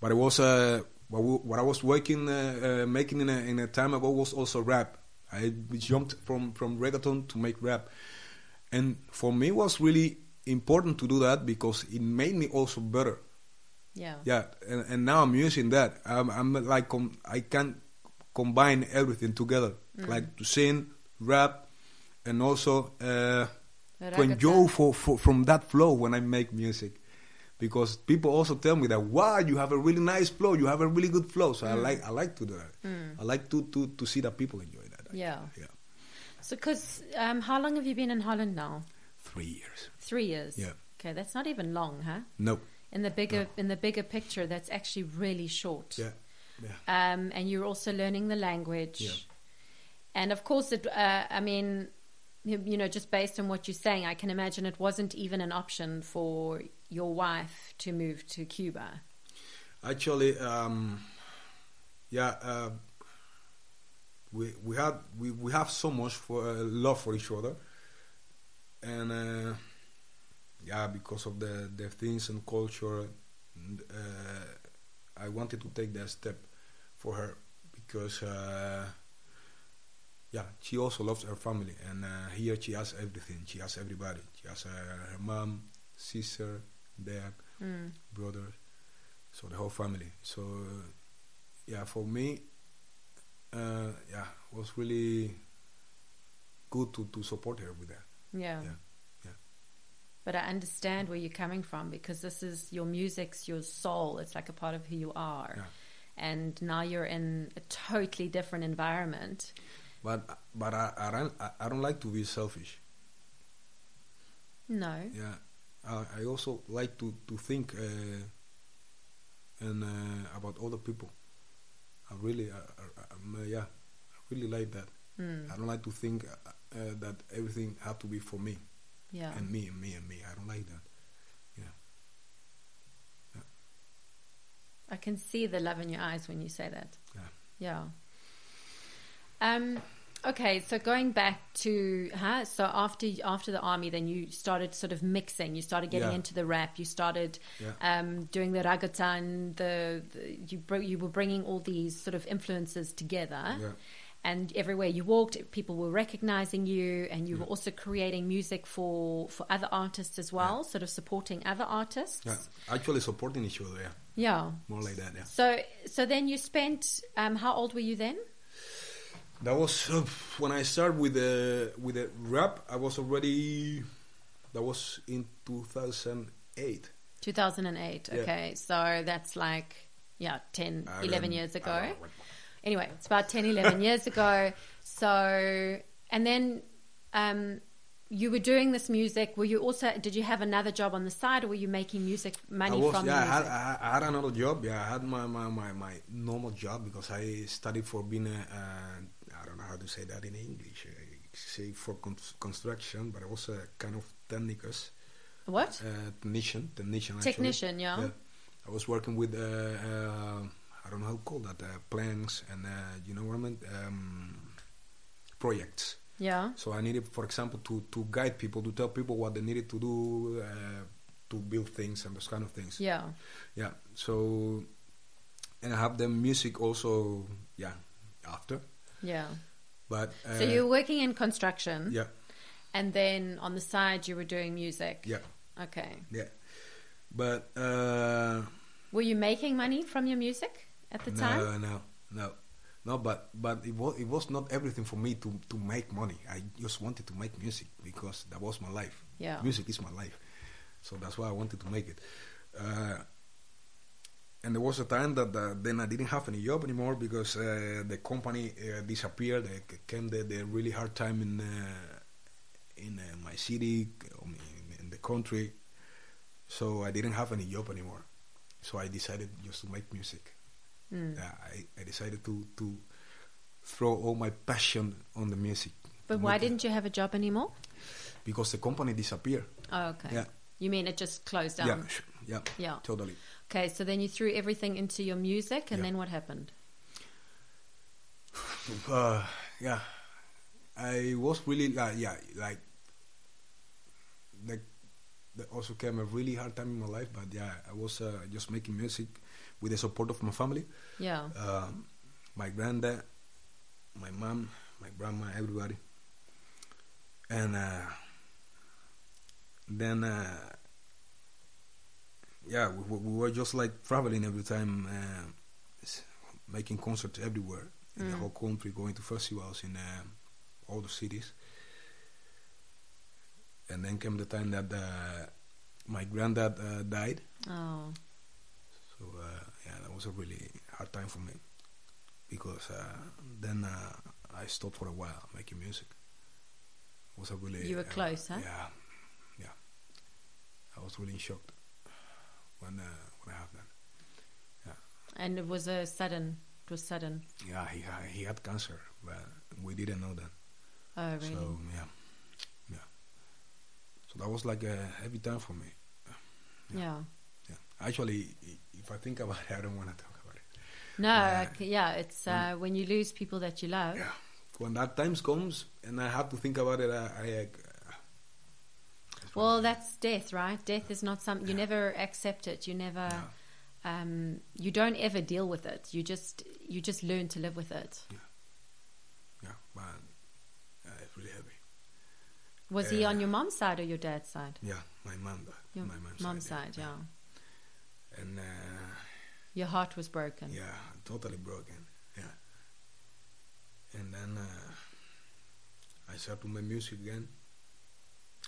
Speaker 1: but it was uh, what, w- what I was working uh, uh, making in a, in a time ago was also rap. I jumped from from reggaeton to make rap, and for me was really important to do that because it made me also better.
Speaker 4: Yeah.
Speaker 1: Yeah, and, and now I'm using that. I'm, I'm like com- I can combine everything together,
Speaker 4: Mm.
Speaker 1: like to sing, rap, and also uh,
Speaker 4: Reggaeton.
Speaker 1: to enjoy for, for, from that flow when I make music. Because people also tell me that wow, you have a really nice flow, you have a really good flow. So I
Speaker 4: Mm.
Speaker 1: like I like to do that. I like to, to to see that people enjoy that. actually.
Speaker 4: Yeah.
Speaker 1: yeah,
Speaker 4: So, because um, how long have you been in Holland now?
Speaker 1: three years.
Speaker 4: Three years.
Speaker 1: Yeah.
Speaker 4: Okay, that's not even long, huh?
Speaker 1: No,
Speaker 4: In the bigger in the bigger picture, that's actually really short.
Speaker 1: yeah, yeah.
Speaker 4: um, and you're also learning the language.
Speaker 1: Yeah.
Speaker 4: And of course, it, uh, I mean, you you know, just based on what you're saying, I can imagine it wasn't even an option for your wife to move to Cuba.
Speaker 1: Actually, um, yeah, uh, we we had we, we have so much for uh, love for each other and uh, yeah, because of the the things and culture, uh, I wanted to take that step for her because uh, yeah, she also loves her family, and uh, here she has everything. She has everybody. She has uh, her mom, sister, dad,
Speaker 4: Mm.
Speaker 1: brother, so the whole family. So yeah, for me, uh, yeah, was really good to to support her with that.
Speaker 4: Yeah.
Speaker 1: Yeah, yeah.
Speaker 4: But I understand where you're coming from because this is your music's your soul. It's like a part of who you are.
Speaker 1: Yeah.
Speaker 4: And now you're in a totally different environment.
Speaker 1: But but I I don't, I- I don't like to be selfish.
Speaker 4: No.
Speaker 1: Yeah, I, I also like to to think uh, and uh, about other people. I really, I, I, I'm, uh, yeah, I really like that. I don't like to think uh, uh, that everything had to be for me
Speaker 4: Yeah.
Speaker 1: and me and me and me. I don't like that. Yeah,
Speaker 4: I can see the love in your eyes when you say that.
Speaker 1: yeah.
Speaker 4: Yeah. Um okay, so going back to huh, so after after the army then you started sort of mixing, you started getting
Speaker 1: Yeah.
Speaker 4: into the rap, you started
Speaker 1: Yeah.
Speaker 4: um doing the ragatan, the, the you br- you were bringing all these sort of influences together.
Speaker 1: Yeah.
Speaker 4: And everywhere you walked, people were recognizing you, and you were also creating music for, for other artists as well, sort of supporting other artists.
Speaker 1: Yeah, actually supporting each other. Yeah,
Speaker 4: yeah.
Speaker 1: more like that. Yeah,
Speaker 4: So, so then you spent. Um, how old were you then?
Speaker 1: that was uh, when I started with the with the rap. I was already that was in two thousand eight.
Speaker 4: 2008.
Speaker 1: Yeah.
Speaker 4: Okay, so that's like yeah, 10, 11
Speaker 1: rem-
Speaker 4: years
Speaker 1: I
Speaker 4: ago.
Speaker 1: rem-
Speaker 4: Anyway, it's about 10, 11 years ago. So, and then um, you were doing this music. Were you also? Did you have another job on the side, or were you making music money
Speaker 1: I was,
Speaker 4: from
Speaker 1: yeah, I had,
Speaker 4: music?
Speaker 1: I, I had another job. Yeah, I had my, my, my, my normal job because I studied for being a, uh, I don't know how to say that in English, uh, say for con- construction, but I was a kind of technicus,
Speaker 4: what?
Speaker 1: uh, technician, technician. actually.
Speaker 4: Technician, yeah.
Speaker 1: I was working with, uh, uh, I don't know how to call that, uh, plans and, uh, you know what I mean, um, projects.
Speaker 4: yeah.
Speaker 1: So I needed, for example, to, to guide people, to tell people what they needed to do, uh, to build things and those kind of things
Speaker 4: Yeah.
Speaker 1: yeah so and i have the music also yeah after
Speaker 4: Yeah.
Speaker 1: but uh,
Speaker 4: So you were working in construction,
Speaker 1: yeah
Speaker 4: and then on the side you were doing music.
Speaker 1: yeah
Speaker 4: Okay.
Speaker 1: yeah but uh
Speaker 4: Were you making money from your music at the
Speaker 1: no
Speaker 4: time?
Speaker 1: no no no but but it was it was not everything for me to to make money i just wanted to make music because that was my life
Speaker 4: Yeah.
Speaker 1: music is my life so that's why i wanted to make it uh and there was a time that uh, then I didn't have any job anymore because uh, the company uh, disappeared. They c- came the, the really hard time in uh, in uh, my city, um, in, in the country. So I didn't have any job anymore. So I decided just to make music.
Speaker 4: Hmm.
Speaker 1: Yeah, I, I decided to to throw all my passion on the music.
Speaker 4: But why didn't you have a job anymore?
Speaker 1: Because the company disappeared.
Speaker 4: Oh, okay.
Speaker 1: Yeah.
Speaker 4: You mean it just closed down?
Speaker 1: Yeah, sh- yeah,
Speaker 4: Yeah.
Speaker 1: totally.
Speaker 4: Okay, so then you threw everything into your music, and
Speaker 1: Yeah.
Speaker 4: then what happened?
Speaker 1: uh, yeah, I was really like yeah like like that also came a really hard time in my life. But yeah, I was uh, just making music with the support of my family,
Speaker 4: Yeah.
Speaker 1: Um my granddad, my mom, my grandma, everybody, and uh, then. Uh, yeah, we, we we were just like traveling every time, uh, s- making concerts everywhere in the whole country, going to festivals in uh, all the cities. And then came the time that uh, my granddad uh, died.
Speaker 4: Oh.
Speaker 1: So uh, yeah, that was a really hard time for me because uh, then uh, I stopped for a while making music. It was a really
Speaker 4: You were
Speaker 1: uh,
Speaker 4: close, huh?
Speaker 1: Yeah, yeah. I was really in shock when uh, when I happened.
Speaker 4: And it was a sudden. It was sudden.
Speaker 1: Yeah, he ha- he had cancer, but we didn't know that.
Speaker 4: Oh, really?
Speaker 1: So yeah, yeah. So that was like a heavy time for me.
Speaker 4: yeah.
Speaker 1: Yeah. Actually, i- if I think about it, I don't want to talk about it.
Speaker 4: No,
Speaker 1: Yeah.
Speaker 4: like, yeah, it's uh, when you lose people that you love.
Speaker 1: Yeah. When that time comes and I have to think about it, I I, uh, for
Speaker 4: Well,
Speaker 1: me.
Speaker 4: that's death, right? Death is not something you never accept it. You never, um, you don't ever deal with it. You just, you just learn to live with it.
Speaker 1: yeah, but uh, it's really heavy.
Speaker 4: Was he
Speaker 1: Yeah.
Speaker 4: on your mom's side or your dad's side?
Speaker 1: Yeah, my mom, uh,
Speaker 4: Your
Speaker 1: my mom's
Speaker 4: mom's
Speaker 1: side,
Speaker 4: side, yeah.
Speaker 1: and uh,
Speaker 4: Your heart was broken.
Speaker 1: yeah, totally broken. Yeah, and then uh, I started my music again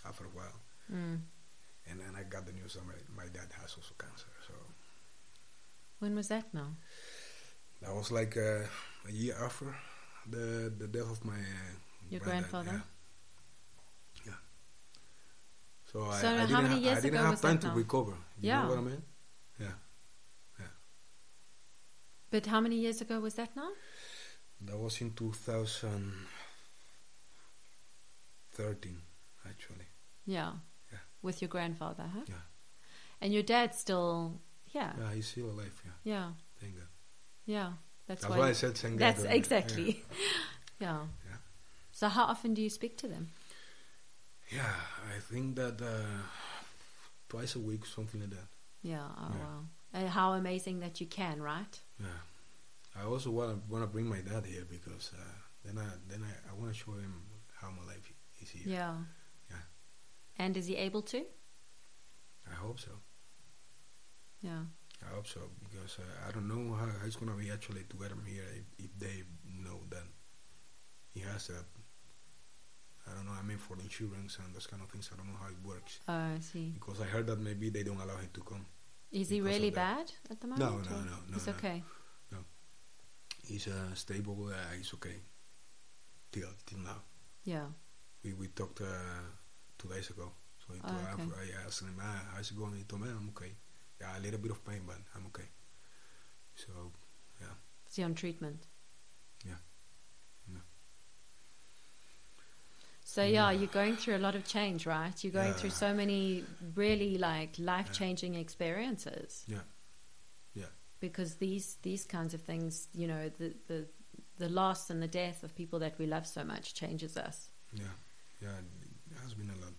Speaker 1: after a while,
Speaker 4: Mm.
Speaker 1: and then I got the news that my, my dad has also cancer. So
Speaker 4: When was that now?
Speaker 1: that was like uh, a year after the the death of my uh,
Speaker 4: Your
Speaker 1: granddad,
Speaker 4: grandfather?
Speaker 1: Yeah. yeah. So, I,
Speaker 4: So
Speaker 1: I
Speaker 4: how
Speaker 1: didn't
Speaker 4: many
Speaker 1: ha-
Speaker 4: years
Speaker 1: I didn't
Speaker 4: ago
Speaker 1: have
Speaker 4: was that
Speaker 1: time to
Speaker 4: now?
Speaker 1: recover. You
Speaker 4: Yeah.
Speaker 1: know what I mean? Yeah.
Speaker 4: But how many years ago was that now?
Speaker 1: That was in 2013, actually.
Speaker 4: Yeah.
Speaker 1: Yeah.
Speaker 4: With your grandfather, huh?
Speaker 1: Yeah.
Speaker 4: And your dad's still, yeah, yeah,
Speaker 1: Yeah, he's still alive. Yeah,
Speaker 4: yeah.
Speaker 1: thank God.
Speaker 4: That's,
Speaker 1: That's
Speaker 4: why.
Speaker 1: why I said thank
Speaker 4: that's
Speaker 1: God. uh,
Speaker 4: exactly. Yeah.
Speaker 1: Yeah.
Speaker 4: So how often do you speak to them?
Speaker 1: Yeah, yeah I think that uh, twice a week, something like that.
Speaker 4: Yeah. Oh,
Speaker 1: Yeah.
Speaker 4: wow. And how amazing that you can, right?
Speaker 1: Yeah. I also want to want to bring my dad here because uh, then I then I, I want to show him how my life is here.
Speaker 4: Yeah.
Speaker 1: Yeah.
Speaker 4: And is he able to?
Speaker 1: I hope so.
Speaker 4: Yeah.
Speaker 1: I hope so because uh, I don't know how, how it's gonna be actually to get him here if, if they know that he has that. I don't know. I mean, for insurance and those kind of things, I don't know how it works
Speaker 4: Oh, I see.
Speaker 1: because I heard that maybe they don't allow him to come.
Speaker 4: Is he
Speaker 1: Because of
Speaker 4: really
Speaker 1: that.
Speaker 4: bad at the
Speaker 1: No,
Speaker 4: moment?
Speaker 1: no,
Speaker 4: or-
Speaker 1: no, no,
Speaker 4: He's
Speaker 1: no.
Speaker 4: okay.
Speaker 1: He's uh, stable. Uh, he's okay. Till till now,
Speaker 4: Yeah.
Speaker 1: we we talked uh, two days ago. So he
Speaker 4: Ah,
Speaker 1: told- I-
Speaker 4: okay.
Speaker 1: I asked him, ah, "How's it going?" He told me, "I'm okay. Yeah, a little bit of pain, but I'm okay." So
Speaker 4: Is he on treatment?
Speaker 1: Yeah. Yeah.
Speaker 4: So yeah, you're going through a lot of change, right? You're going through
Speaker 1: Yeah.
Speaker 4: so many really like life-changing experiences.
Speaker 1: Yeah. Yeah.
Speaker 4: Because these these kinds of things, you know, the the the loss and the death of people that we love so much changes us.
Speaker 1: yeah, yeah, it has been a lot.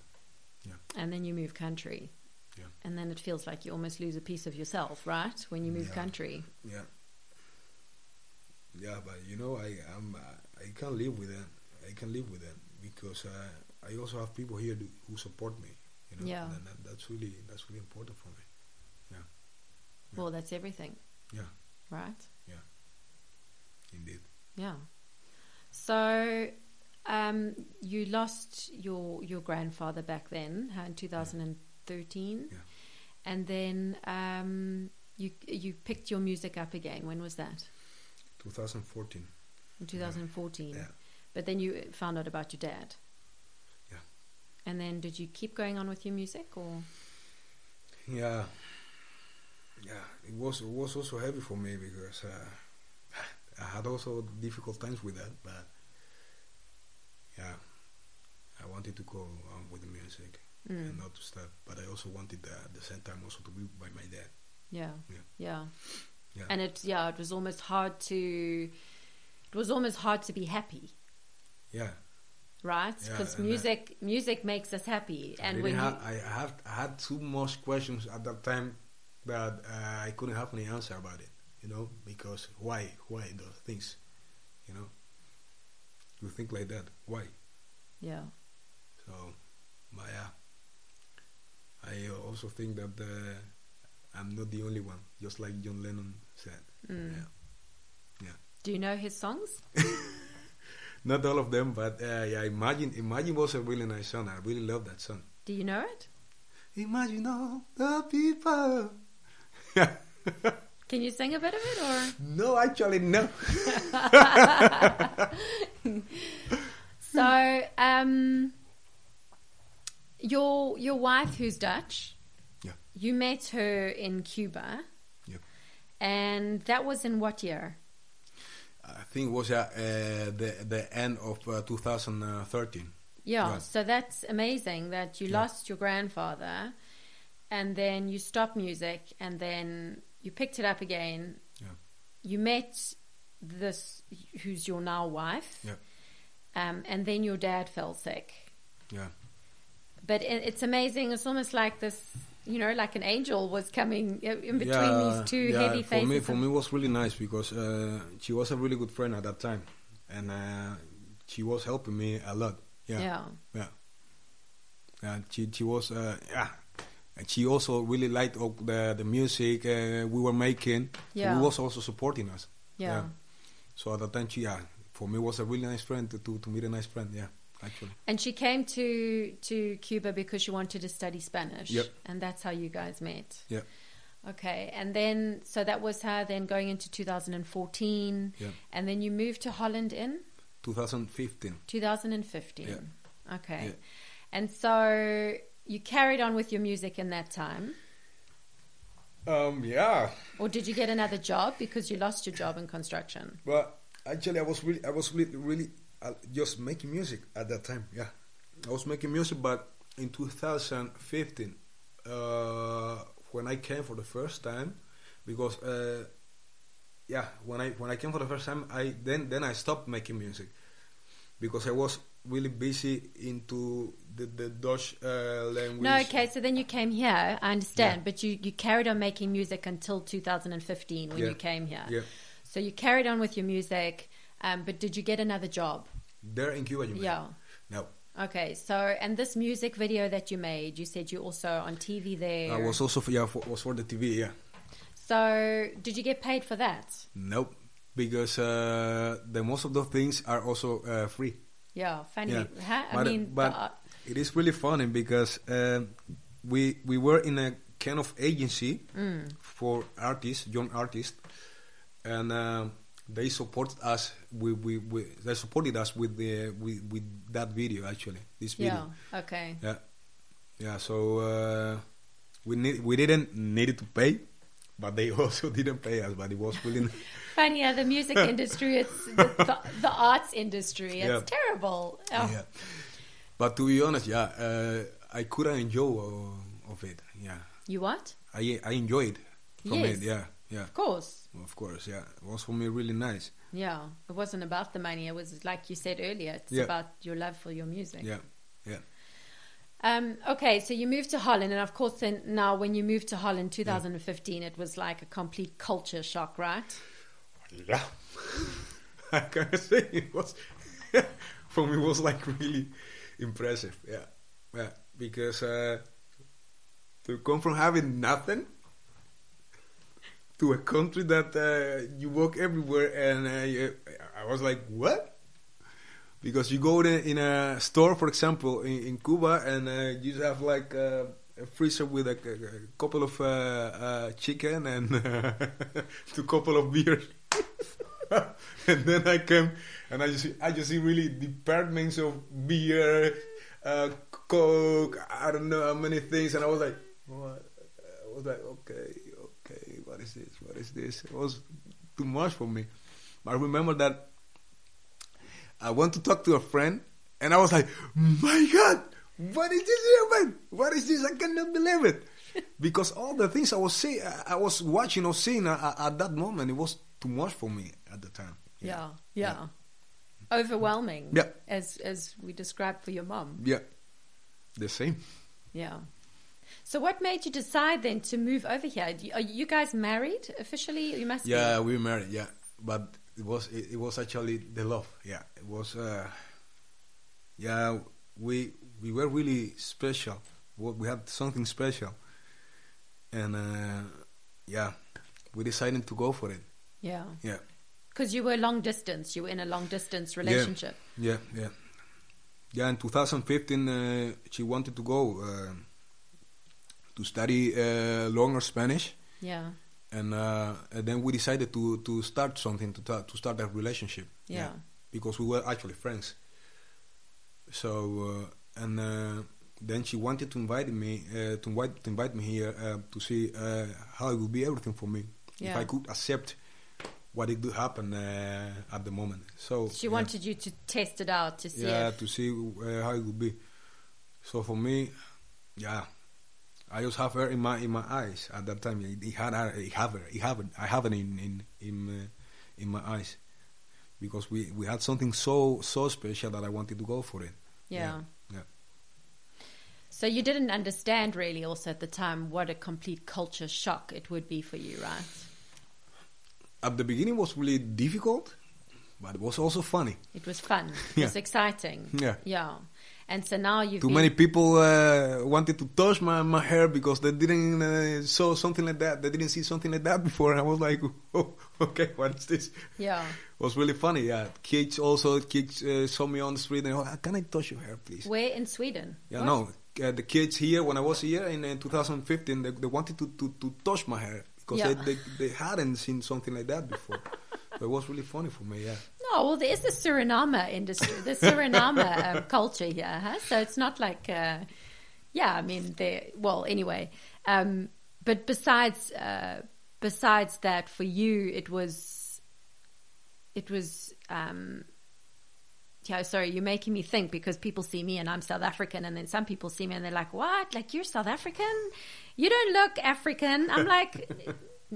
Speaker 4: And then you move country.
Speaker 1: Yeah.
Speaker 4: And then it feels like you almost lose a piece of yourself, right? When you move
Speaker 1: Yeah.
Speaker 4: country.
Speaker 1: Yeah. Yeah, but you know, I I'm, uh, I- I can live with them. I can live with them because uh, I also have people here do, who support me. You know,
Speaker 4: Yeah.
Speaker 1: and that, that's really that's really important for me. Yeah.
Speaker 4: Well, that's everything,
Speaker 1: Yeah,
Speaker 4: right?
Speaker 1: indeed.
Speaker 4: Yeah. So um, you lost your your grandfather back then huh, in 2013,
Speaker 1: Yeah.
Speaker 4: and then um, you you picked your music up again. When was that?
Speaker 1: 2014.
Speaker 4: In 2014.
Speaker 1: Yeah.
Speaker 4: But then you found out about your dad.
Speaker 1: Yeah.
Speaker 4: And then did you keep going on with your music or?
Speaker 1: Yeah. Yeah, it was it was also heavy for me because uh, I had also difficult times with that, but yeah, I wanted to go on with the music and
Speaker 4: Mm,
Speaker 1: not to stop, but I also wanted uh, at the same time also to be by my dad.
Speaker 4: yeah,
Speaker 1: Yeah.
Speaker 4: yeah.
Speaker 1: Yeah.
Speaker 4: And it yeah, it was almost hard to it was almost hard to be happy.
Speaker 1: Yeah,
Speaker 4: right?
Speaker 1: Yeah,
Speaker 4: Because
Speaker 1: and, uh,
Speaker 4: music music makes us happy,
Speaker 1: I
Speaker 4: and
Speaker 1: didn't
Speaker 4: when
Speaker 1: ha-
Speaker 4: you,
Speaker 1: I have I had too much questions at that time that uh, I couldn't have any answer about it, you know, because why why those things, you know, you think like that why
Speaker 4: yeah,
Speaker 1: so, but yeah, I uh, also think that uh, I'm not the only one, just like John Lennon said.
Speaker 4: Mm.
Speaker 1: Yeah.
Speaker 4: do you know his songs?
Speaker 1: Not all of them, but uh, yeah, imagine imagine was a really nice song. I really love that song.
Speaker 4: Do you know it?
Speaker 1: Imagine all the people.
Speaker 4: Can you sing a bit of it, or
Speaker 1: No, actually, no.
Speaker 4: so? Um, your your wife, who's Dutch,
Speaker 1: Yeah.
Speaker 4: you met her in Cuba,
Speaker 1: Yep.
Speaker 4: and that was in what year?
Speaker 1: I think it was uh, uh, the the end of uh, 2013.
Speaker 4: Yeah,
Speaker 1: Right.
Speaker 4: so that's amazing that you
Speaker 1: Yeah.
Speaker 4: lost your grandfather and then you stopped music and then you picked it up again.
Speaker 1: Yeah.
Speaker 4: You met this, who's your now wife,
Speaker 1: Yeah,
Speaker 4: um, and then your dad fell sick.
Speaker 1: yeah,
Speaker 4: but it, it's amazing. It's almost like this, you know, like an angel was coming uh, in between these two heavy
Speaker 1: for
Speaker 4: faces.
Speaker 1: me, for
Speaker 4: of-
Speaker 1: me, it was really nice because uh, she was a really good friend at that time, and uh, she was helping me a lot. Yeah, yeah.
Speaker 4: Yeah.
Speaker 1: And she, she was, uh, yeah, and she also really liked all the the music uh, we were making.
Speaker 4: Yeah.
Speaker 1: and was also supporting us.
Speaker 4: Yeah.
Speaker 1: So at that time, she, yeah, for me, was a really nice friend to to, to meet a nice friend. Yeah, actually.
Speaker 4: And she came to to Cuba because she wanted to study Spanish.
Speaker 1: Yep.
Speaker 4: And that's how you guys met.
Speaker 1: Yeah.
Speaker 4: Okay. And then so that was her then going into 2014.
Speaker 1: Yep.
Speaker 4: And then you moved to Holland in
Speaker 1: 2015.
Speaker 4: 2015.
Speaker 1: Yeah.
Speaker 4: Okay.
Speaker 1: Yeah.
Speaker 4: And so you carried on with your music in that time.
Speaker 1: Um, yeah.
Speaker 4: Or did you get another job because you lost your job in construction?
Speaker 1: But actually, I was really, I was really, really uh, just making music at that time. Yeah, I was making music, but in 2015, uh, when I came for the first time, because uh, yeah, when I when I came for the first time, I then then I stopped making music because I was really busy into the the Dutch uh, language.
Speaker 4: No, okay, so then you came here, I understand,
Speaker 1: Yeah.
Speaker 4: but you, you carried on making music until 2015 when
Speaker 1: Yeah.
Speaker 4: you came here.
Speaker 1: Yeah.
Speaker 4: So you carried on with your music, um, but did you get another job?
Speaker 1: There in Cuba, you mean?
Speaker 4: Yeah.
Speaker 1: No.
Speaker 4: Okay, so, and this music video that you made, you said you also on TV there.
Speaker 1: I was also for, yeah for, was for the TV yeah.
Speaker 4: so, did you get paid for that?
Speaker 1: Nope, because uh, the most of those things are also uh, free.
Speaker 4: Yeah, funny.
Speaker 1: Yeah,
Speaker 4: Huh? I
Speaker 1: but,
Speaker 4: mean, uh,
Speaker 1: but
Speaker 4: the art-
Speaker 1: it is really funny because um we we were in a kind of agency
Speaker 4: Mm.
Speaker 1: for artists, young artists, and um they supported us. We, we, we they supported us with the with, with that video actually. This
Speaker 4: yeah,
Speaker 1: video,
Speaker 4: okay.
Speaker 1: yeah, yeah. So uh, we need we didn't needed to pay, but they also didn't pay us. But it was really.
Speaker 4: Funny how the music industry, it's the, the, the arts industry, it's
Speaker 1: Yeah.
Speaker 4: terrible. Oh,
Speaker 1: Yeah. But to be honest, yeah, uh, I couldn't enjoy uh, of it. Yeah,
Speaker 4: You what?
Speaker 1: I I enjoyed from
Speaker 4: Yes.
Speaker 1: it. Yeah, yeah,
Speaker 4: Of course.
Speaker 1: of course. Yeah, it was for me really nice.
Speaker 4: Yeah, it wasn't about the money. It was like you said earlier. It's
Speaker 1: Yeah.
Speaker 4: about your love for your music.
Speaker 1: Yeah, yeah,
Speaker 4: Um, okay, so you moved to Holland, and of course, then now when you moved to Holland, 2015, it was like a complete culture shock, right?
Speaker 1: yeah. I can say it was for me it was like really impressive. Yeah, yeah, because uh, to come from having nothing to a country that uh, you walk everywhere and uh, you- I was like, what? Because you go in a, in a store, for example, in, in Cuba, and uh, you have like uh, a freezer with a, c- a couple of uh, uh, chicken and uh, two couple of beers. and then I came and I just I just see really departments of beer, uh, coke, I don't know how many things, and I was like, what? I was like, okay, okay, what is this? What is this? It was too much for me. I remember that I went to talk to a friend, and I was like, my God, what is this here, man? What is this? I cannot believe it. Because all the things I was see, I I was watching or seeing at, at- at that moment, it was too much for me at the time.
Speaker 4: Yeah, yeah. Overwhelming.
Speaker 1: Yeah.
Speaker 4: As as we described for your mom.
Speaker 1: Yeah. The same.
Speaker 4: Yeah. So what made you decide then to move over here? Do you- Are you guys married officially? You must
Speaker 1: Yeah,
Speaker 4: be.
Speaker 1: we were married. Yeah, but it was it, it was actually the love. Yeah, it was. Uh, yeah, we we were really special. We we had something special, and uh, yeah, we decided to go for it.
Speaker 4: Yeah.
Speaker 1: Yeah,
Speaker 4: Because you were long distance. You were in a long distance relationship.
Speaker 1: yeah, yeah. Yeah, in 2015, uh, she wanted to go uh, to study uh, longer Spanish.
Speaker 4: Yeah.
Speaker 1: and uh, and then we decided to to start something to ta- to start that relationship.
Speaker 4: Yeah.
Speaker 1: because we were actually friends. So uh, and uh, then she wanted to invite me uh, to invite to invite me here uh, to see uh, how it would be everything for me if
Speaker 4: Yeah.
Speaker 1: I could accept what it do happen uh, at the moment. So
Speaker 4: She
Speaker 1: yeah.
Speaker 4: wanted you to test it out to see
Speaker 1: yeah
Speaker 4: if
Speaker 1: to see uh, how it would be. So for me, yeah. I just have her in my in my eyes at that time. I had her, I have her, I have her, I have her in in in, uh, in my eyes because we we had something so so special that I wanted to go for it.
Speaker 4: Yeah.
Speaker 1: yeah.
Speaker 4: So you didn't understand really also at the time what a complete culture shock it would be for you, right?
Speaker 1: At the beginning was really difficult, but it was also funny.
Speaker 4: It was fun. It
Speaker 1: Yeah.
Speaker 4: was exciting.
Speaker 1: Yeah.
Speaker 4: Yeah. And so now you've
Speaker 1: Too
Speaker 4: been-
Speaker 1: many people uh, wanted to touch my, my hair because they didn't uh, saw something like that. They didn't see something like that before. I was like, oh, okay, what is this?
Speaker 4: Yeah.
Speaker 1: It was really funny. Yeah, kids also kids uh, saw me on the street and oh, can I touch your hair, please?
Speaker 4: Where in Sweden?
Speaker 1: Yeah,
Speaker 4: What?
Speaker 1: no. Uh, the kids here, when I was here in uh, 2015, they, they wanted to, to, to touch my hair because
Speaker 4: Yeah.
Speaker 1: they, they, they hadn't seen something like that before. so it was really funny for me, yeah.
Speaker 4: No, well, there is the Suriname industry, the Suriname um, culture here. Huh? So it's not like, uh, yeah, I mean, they, well, anyway. Um, but besides, uh, besides that, for you, it was, it was, um, yeah, sorry, you're making me think because people see me and I'm South African, and then some people see me and they're like, what? Like, you're South African? You don't look African. I'm like,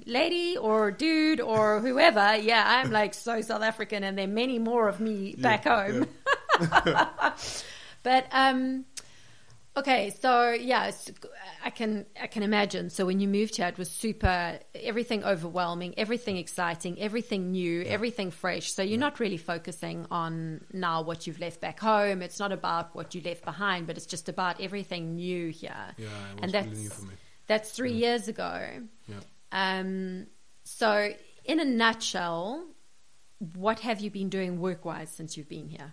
Speaker 4: lady or dude or whoever, yeah, I'm like so South African, and there are many more of me back home. but um, okay, so yeah, it's- I can I can imagine. So when you moved here, it was super everything overwhelming, everything exciting, everything new, everything fresh. So you're not really focusing on now what you've left back home. It's not about what you left behind, but it's just about everything new here.
Speaker 1: Yeah, it was
Speaker 4: and that's
Speaker 1: really new for me.
Speaker 4: that's three years ago.
Speaker 1: Yeah.
Speaker 4: Um, so, in a nutshell, what have you been doing work wise since you've been here?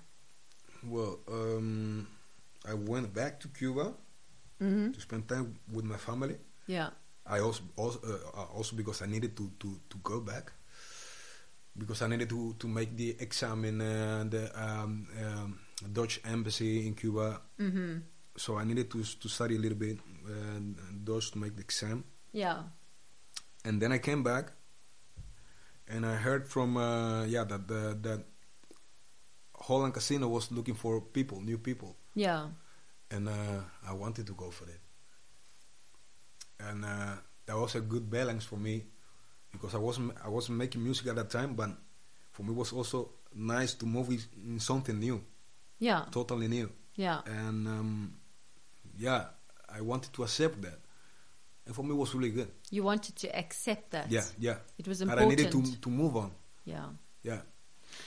Speaker 1: Well, um, I went back to Cuba to spend time with my family.
Speaker 4: Yeah.
Speaker 1: I also also, uh, uh, also because I needed to, to, to go back because I needed to, to make the exam in uh, the um, um, Dutch embassy in Cuba. Mm-hmm. So I needed to s- to study a little bit uh, Dutch to make the exam,
Speaker 4: Yeah.
Speaker 1: and then I came back, and I heard from uh, yeah that the, that Holland Casino was looking for people, new people
Speaker 4: Yeah.
Speaker 1: and uh, I wanted to go for it. And uh, that was a good balance for me because I wasn't I wasn't making music at that time, but for me it was also nice to move in- in something new,
Speaker 4: Yeah.
Speaker 1: totally new.
Speaker 4: Yeah.
Speaker 1: And um, yeah, I wanted to accept that, and for me it was really good.
Speaker 4: You wanted to accept that.
Speaker 1: Yeah, yeah.
Speaker 4: It was
Speaker 1: But I needed to
Speaker 4: important.
Speaker 1: to move on.
Speaker 4: Yeah.
Speaker 1: Yeah,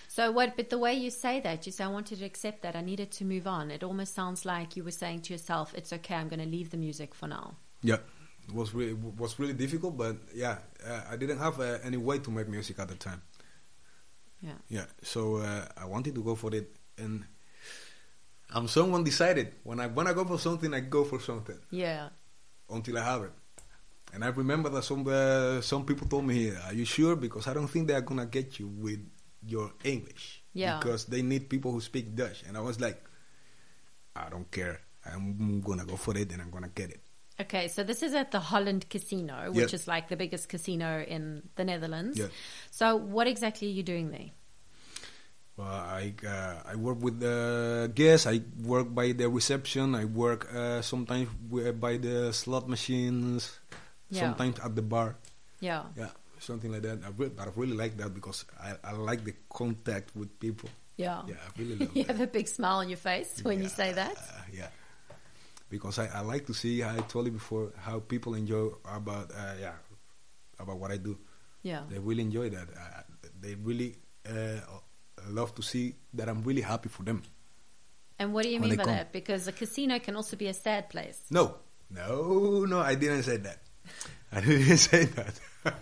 Speaker 4: So, what, but the way you say that, you say, I wanted to accept that. I needed to move on. It almost sounds like you were saying to yourself, it's okay, I'm going to leave the music for now.
Speaker 1: yeah. It was really was really difficult, but yeah, uh, I didn't have uh, any way to make music at the time.
Speaker 4: Yeah.
Speaker 1: Yeah, so uh, I wanted to go for it, and I'm someone decided when I wanna go for something, I go for something
Speaker 4: Yeah.
Speaker 1: until I have it. And I remember that some uh, some people told me, here, "Are you sure?" Because I don't think they are gonna get you with your English.
Speaker 4: Yeah.
Speaker 1: Because they need people who speak Dutch, and I was like, "I don't care. I'm gonna go for it, and I'm gonna get it."
Speaker 4: Okay, so this is at the Holland Casino, which
Speaker 1: Yeah.
Speaker 4: is like the biggest casino in the Netherlands.
Speaker 1: Yeah.
Speaker 4: So, what exactly are you doing there?
Speaker 1: Well, I uh, I work with the guests. I work by the reception. I work uh, sometimes wi- by the slot machines.
Speaker 4: Yeah.
Speaker 1: Sometimes at the bar.
Speaker 4: Yeah.
Speaker 1: Yeah, something like that. I re- but I really like that because I, I like the contact with people.
Speaker 4: Oh. Yeah.
Speaker 1: Yeah, I really love
Speaker 4: you
Speaker 1: that.
Speaker 4: have a big smile on your face when you say that.
Speaker 1: Uh, yeah. Because I, I like to see I told you before how people enjoy about uh, yeah about what I do.
Speaker 4: Yeah.
Speaker 1: They really enjoy that. Uh, they really uh, love to see that I'm really happy for them.
Speaker 4: And what do you
Speaker 1: When
Speaker 4: mean
Speaker 1: they
Speaker 4: by
Speaker 1: come.
Speaker 4: that? Because a casino can also be a sad place.
Speaker 1: No, no, no, I didn't say that. I didn't say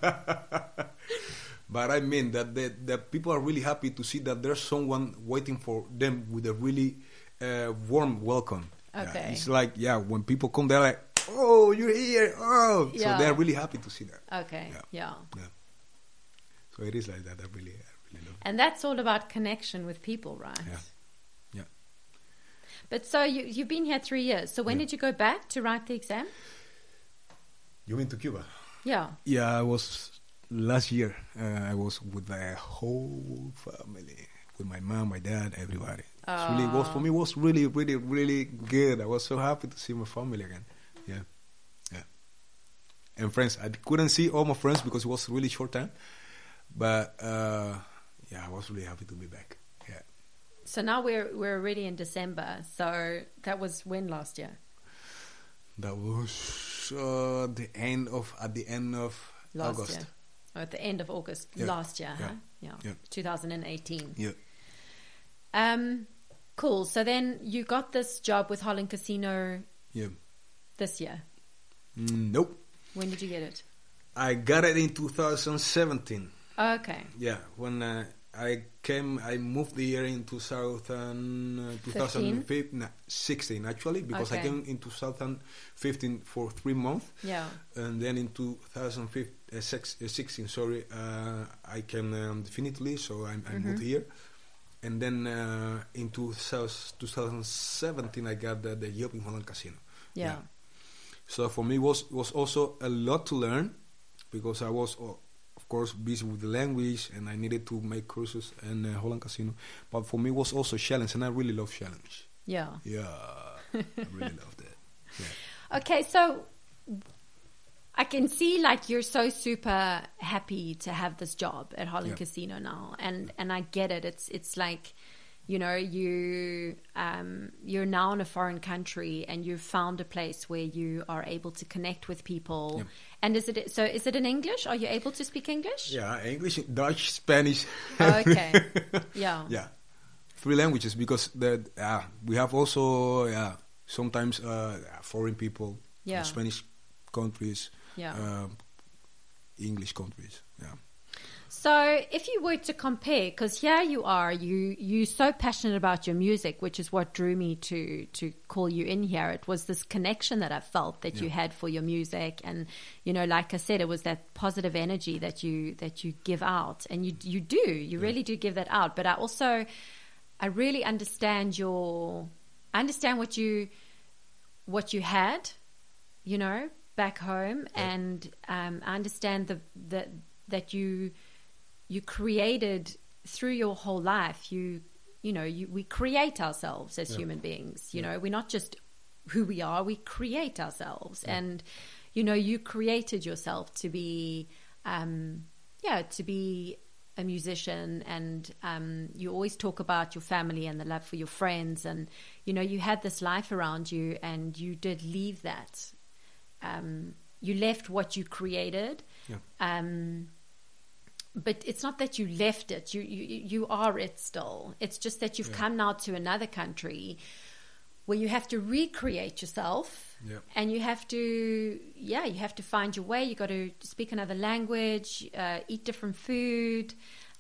Speaker 1: that. but I mean that the, that people are really happy to see that there's someone waiting for them with a really uh, warm welcome. Yeah,
Speaker 4: Okay.
Speaker 1: it's like, yeah, when people come, they're like, oh, you're here. Oh,
Speaker 4: Yeah.
Speaker 1: so they're really happy to see that.
Speaker 4: Okay. Yeah.
Speaker 1: Yeah. Yeah. So it is like that. I really, I really love it.
Speaker 4: And that's all about connection with people, right?
Speaker 1: Yeah. Yeah.
Speaker 4: But so you, you've been here three years. So when
Speaker 1: Yeah.
Speaker 4: did you go back to write the exam?
Speaker 1: You went to Cuba?
Speaker 4: Yeah.
Speaker 1: Yeah, I was last year. Uh, I was with the whole family, with my mom, my dad, everybody. It's really was for me was really, really, really good. I was so happy to see my family again. Yeah, yeah, and friends. I couldn't see all my friends because it was really short time, but uh, yeah, I was really happy to be back. Yeah,
Speaker 4: So now we're we're already in December. So that was when last year?
Speaker 1: That was uh, the end of at the end of
Speaker 4: last
Speaker 1: August.
Speaker 4: year. Or at the end of August
Speaker 1: Yeah.
Speaker 4: last year,
Speaker 1: Yeah.
Speaker 4: huh? Yeah.
Speaker 1: Yeah.
Speaker 4: 2018.
Speaker 1: Yeah.
Speaker 4: Um, cool. So then you got this job with Holland Casino
Speaker 1: Yeah. Mm,
Speaker 4: this year.
Speaker 1: Nope.
Speaker 4: When did you get it?
Speaker 1: I got it in 2017.
Speaker 4: Okay.
Speaker 1: Yeah, when uh, I came, I moved the year in 2000, uh, 2015, no, 16 actually, because I
Speaker 4: Okay.
Speaker 1: came in 2015 for three months,
Speaker 4: Yeah.
Speaker 1: and then in 2015, uh, six, uh, 16, sorry, uh, I came um, definitely, so I, I moved here. And then uh, in 2000, 2017, I got the, the job in Holland Casino.
Speaker 4: Yeah.
Speaker 1: So for me was was also a lot to learn because I was o- of course busy with the language and I needed to make courses in uh, Holland Casino. But for me was also challenge and I really love challenge.
Speaker 4: Yeah.
Speaker 1: Yeah, I really love that.
Speaker 4: Okay, so I can see like you're so super happy to have this job at Holland
Speaker 1: Yeah.
Speaker 4: Casino now, and and I get it. It's it's like you know you um, you're now in a foreign country and you've found a place where you are able to connect with people.
Speaker 1: Yeah.
Speaker 4: And is it so? Is it in English? Are you able to speak English?
Speaker 1: Yeah, English, Dutch, Spanish.
Speaker 4: Oh, Okay. yeah.
Speaker 1: yeah, three languages because the uh, we have also yeah sometimes uh, foreign people,
Speaker 4: Yeah.
Speaker 1: Spanish countries,
Speaker 4: Yeah.
Speaker 1: uh, English countries. Yeah.
Speaker 4: So, if you were to compare, because here you are, you you so passionate about your music, which is what drew me to to call you in here. It was this connection that I felt that you
Speaker 1: Yeah.
Speaker 4: had for your music, and you know, like I said, it was that positive energy that you that you give out, and you you do, you really do give that out. But I also, I really understand your, I understand what you what you had, you know, back home, and um, I understand the, the that you you created through your whole life. You you know, you, we create ourselves as human beings. You know, we're not just who we are; we create ourselves, and you know, you created yourself to be, um, yeah, to be a musician and um, you always talk about your family and the love for your friends and you know you had this life around you and you did leave that um, you left what you created
Speaker 1: Yeah.
Speaker 4: um, but it's not that you left it you, you you are it still it's just that you've come now to another country where you have to recreate yourself
Speaker 1: Yeah.
Speaker 4: and you have to yeah you have to find your way you got to speak another language uh, eat different food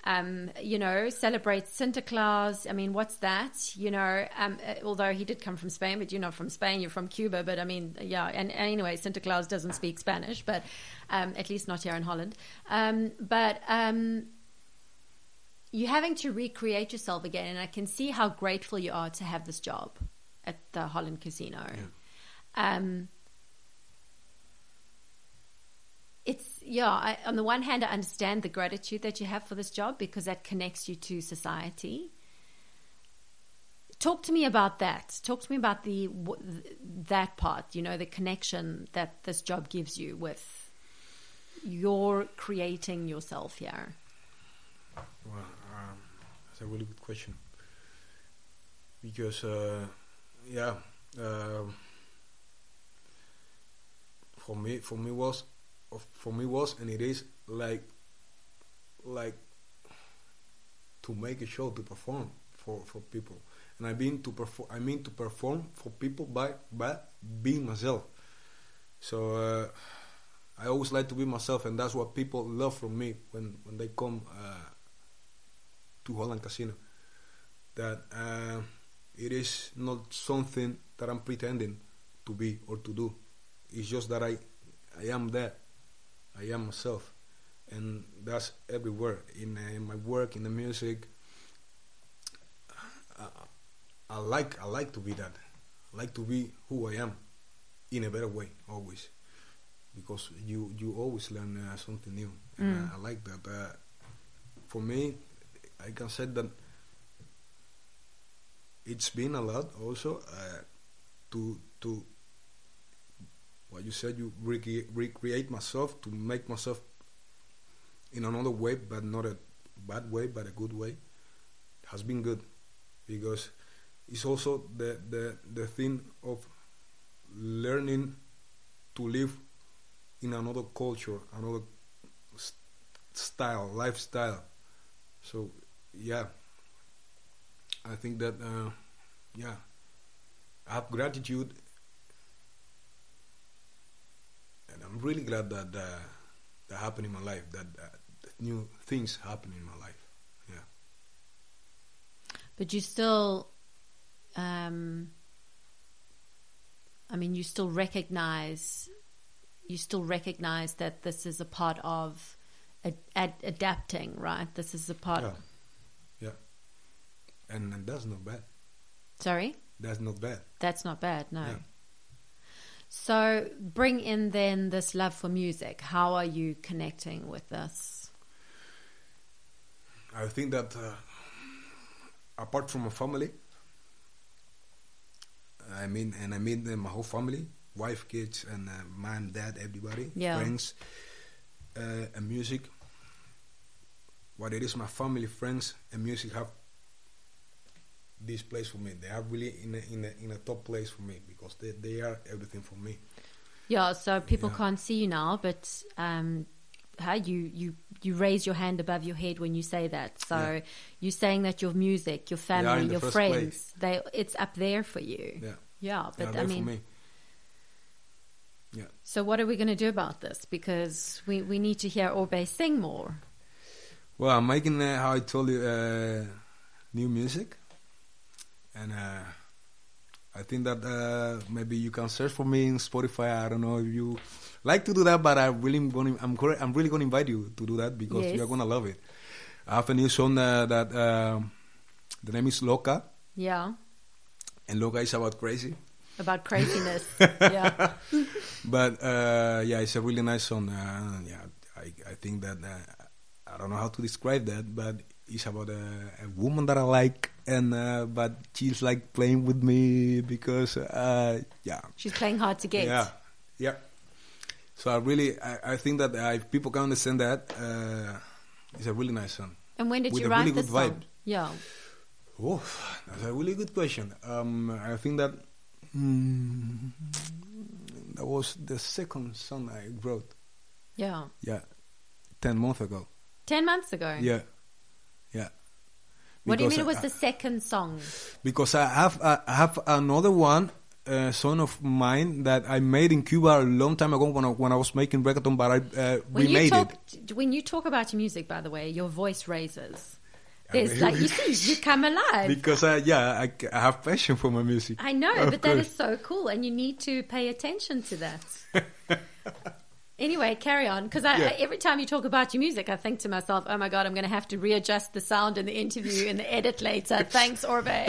Speaker 4: um, you know celebrate santa claus i mean what's that you know um, uh, although he did come from spain but you're not from spain you're from cuba but i mean yeah and, and anyway santa claus doesn't speak spanish but um, at least not here in holland um, but um, you're having to recreate yourself again and i can see how grateful you are to have this job at the holland casino um, it's yeah I, on the one hand i understand the gratitude that you have for this job because that connects you to society talk to me about that talk to me about the wh- that part you know the connection that this job gives you with your creating yourself here
Speaker 1: Well, um, that's a really good question because, uh, yeah, um for me, for me was, of- for me was, and it is like, like to make a show to perform for for people, and I mean to perform, I mean to perform for people by by being myself. So. Uh, I always like to be myself, and that's what people love from me when, when they come uh, to Holland Casino. That uh, it is not something that I'm pretending to be or to do. It's just that I, I am there. I am myself, and that's everywhere in, uh, in my work, in the music. Uh, I, I like I like to be that. I like to be who I am, in a better way always, because you you always learn uh, something new, and I, I like that. Uh, for me, I can say that it's been a lot also uh, to to what you said you recre- recreate myself to make myself in another way, but not a bad way, but a good way. Has been good because it's also the the the thing of learning to live in another culture, another s- style, lifestyle. So, yeah, I think that, uh, yeah, I have gratitude, and I'm really glad that uh, that happened in my life. That, uh, that new things happen in my life. Yeah.
Speaker 4: But you still, um, I mean, you still recognize, you still recognize that this is a part of ad- ad- adapting, right? This is a part.
Speaker 1: Yeah. Yeah. And, and that's not bad.
Speaker 4: Sorry,
Speaker 1: That's not bad.
Speaker 4: that's not bad. No.
Speaker 1: Yeah.
Speaker 4: So bring in then this love for music. How are you connecting with this?
Speaker 1: I think that uh, apart from my family, I mean, and I mean uh, my whole family, wife, kids, and uh, mom, dad, everybody,
Speaker 4: Yeah.
Speaker 1: friends, uh, and music. What it is, my family, friends, and music have this place for me. They are really in a, in a, in a top place for me because they, they are everything for me.
Speaker 4: Yeah, so people
Speaker 1: Yeah.
Speaker 4: can't see you now, but um, how you you you raise your hand above your head when you say that. So
Speaker 1: Yeah.
Speaker 4: you're saying that your music,
Speaker 1: are
Speaker 4: your family,
Speaker 1: in the
Speaker 4: your
Speaker 1: first
Speaker 4: friends, they it's up there for you.
Speaker 1: Yeah,
Speaker 4: Yeah,
Speaker 1: they are
Speaker 4: but I
Speaker 1: there for
Speaker 4: mean,
Speaker 1: me. Yeah.
Speaker 4: so what are we going to do about this? Because we we need to hear Orbe sing more.
Speaker 1: Well, I'm making, uh, how I told you, uh, new music. And uh, I think that uh, maybe you can search for me in Spotify. I don't know if you like to do that, but I really gonna, I'm, gonna, I'm really going to invite you to do that because
Speaker 4: Yes.
Speaker 1: you're going to love it. I have a new song uh, that um the name is Loca,
Speaker 4: Yeah,
Speaker 1: and Loca is about crazy.
Speaker 4: about craziness. yeah,
Speaker 1: But uh, yeah, it's a really nice song. Uh, yeah, I, I think that uh, I don't know how to describe that, but it's about a, a woman that I like, and uh, but she's like playing with me because uh, yeah,
Speaker 4: she's playing hard to get.
Speaker 1: yeah, yeah. So I really, I, I think that uh, if people can understand that, uh, it's a really nice song.
Speaker 4: And when did
Speaker 1: With
Speaker 4: you
Speaker 1: a
Speaker 4: write
Speaker 1: really
Speaker 4: this
Speaker 1: good
Speaker 4: song?
Speaker 1: vibe.
Speaker 4: Yeah,
Speaker 1: Oh, that's a really good question. Um, I think that mm, that was the second song I wrote.
Speaker 4: yeah,
Speaker 1: Yeah, ten months ago.
Speaker 4: ten months ago.
Speaker 1: Yeah, yeah.
Speaker 4: What do you mean?
Speaker 1: Because
Speaker 4: It was
Speaker 1: I,
Speaker 4: the second song.
Speaker 1: because I have I have another one. Uh, song of mine that I made in Cuba a long time ago when I, when I was making reggaeton, but I uh,
Speaker 4: When you
Speaker 1: remade
Speaker 4: talk,
Speaker 1: it.
Speaker 4: t- when you talk about your music, by the way, your voice raises.
Speaker 1: I
Speaker 4: There's like you
Speaker 1: really-
Speaker 4: see, you come alive.
Speaker 1: because I, yeah, I, I have passion for my music.
Speaker 4: I know,
Speaker 1: Of
Speaker 4: but that
Speaker 1: course.
Speaker 4: is so cool, and you need to pay attention to that. anyway, carry on, because I,
Speaker 1: Yeah.
Speaker 4: I, every time you talk about your music, I think to myself, "Oh my god, I'm going to have to readjust the sound in the interview and the edit later." Thanks, Orbe.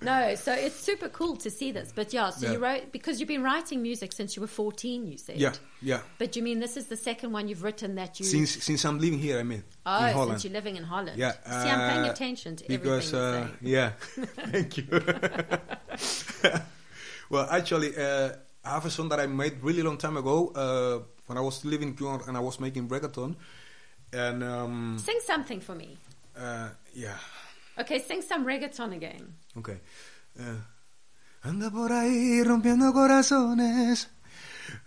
Speaker 4: no, so it's super cool to see this, but yeah. So
Speaker 1: Yeah.
Speaker 4: you wrote because you've been writing music since you were 14. You said,
Speaker 1: Yeah, yeah.
Speaker 4: But you mean this is the second one you've written that you
Speaker 1: Since since I'm living here, I mean,
Speaker 4: Oh,
Speaker 1: in Holland.
Speaker 4: since you're living in Holland.
Speaker 1: yeah,
Speaker 4: See, I'm paying
Speaker 1: uh,
Speaker 4: attention to
Speaker 1: because,
Speaker 4: everything
Speaker 1: uh, Yeah,
Speaker 4: you're saying.
Speaker 1: thank you. well, actually, uh, I have a song that I made really long time ago uh, when I was living in Cuba and I was making reggaeton. And um,
Speaker 4: Sing something for me.
Speaker 1: uh, yeah,
Speaker 4: Okay, sing some reggaeton again.
Speaker 1: okay. Uh, anda por ahí rompiendo corazones,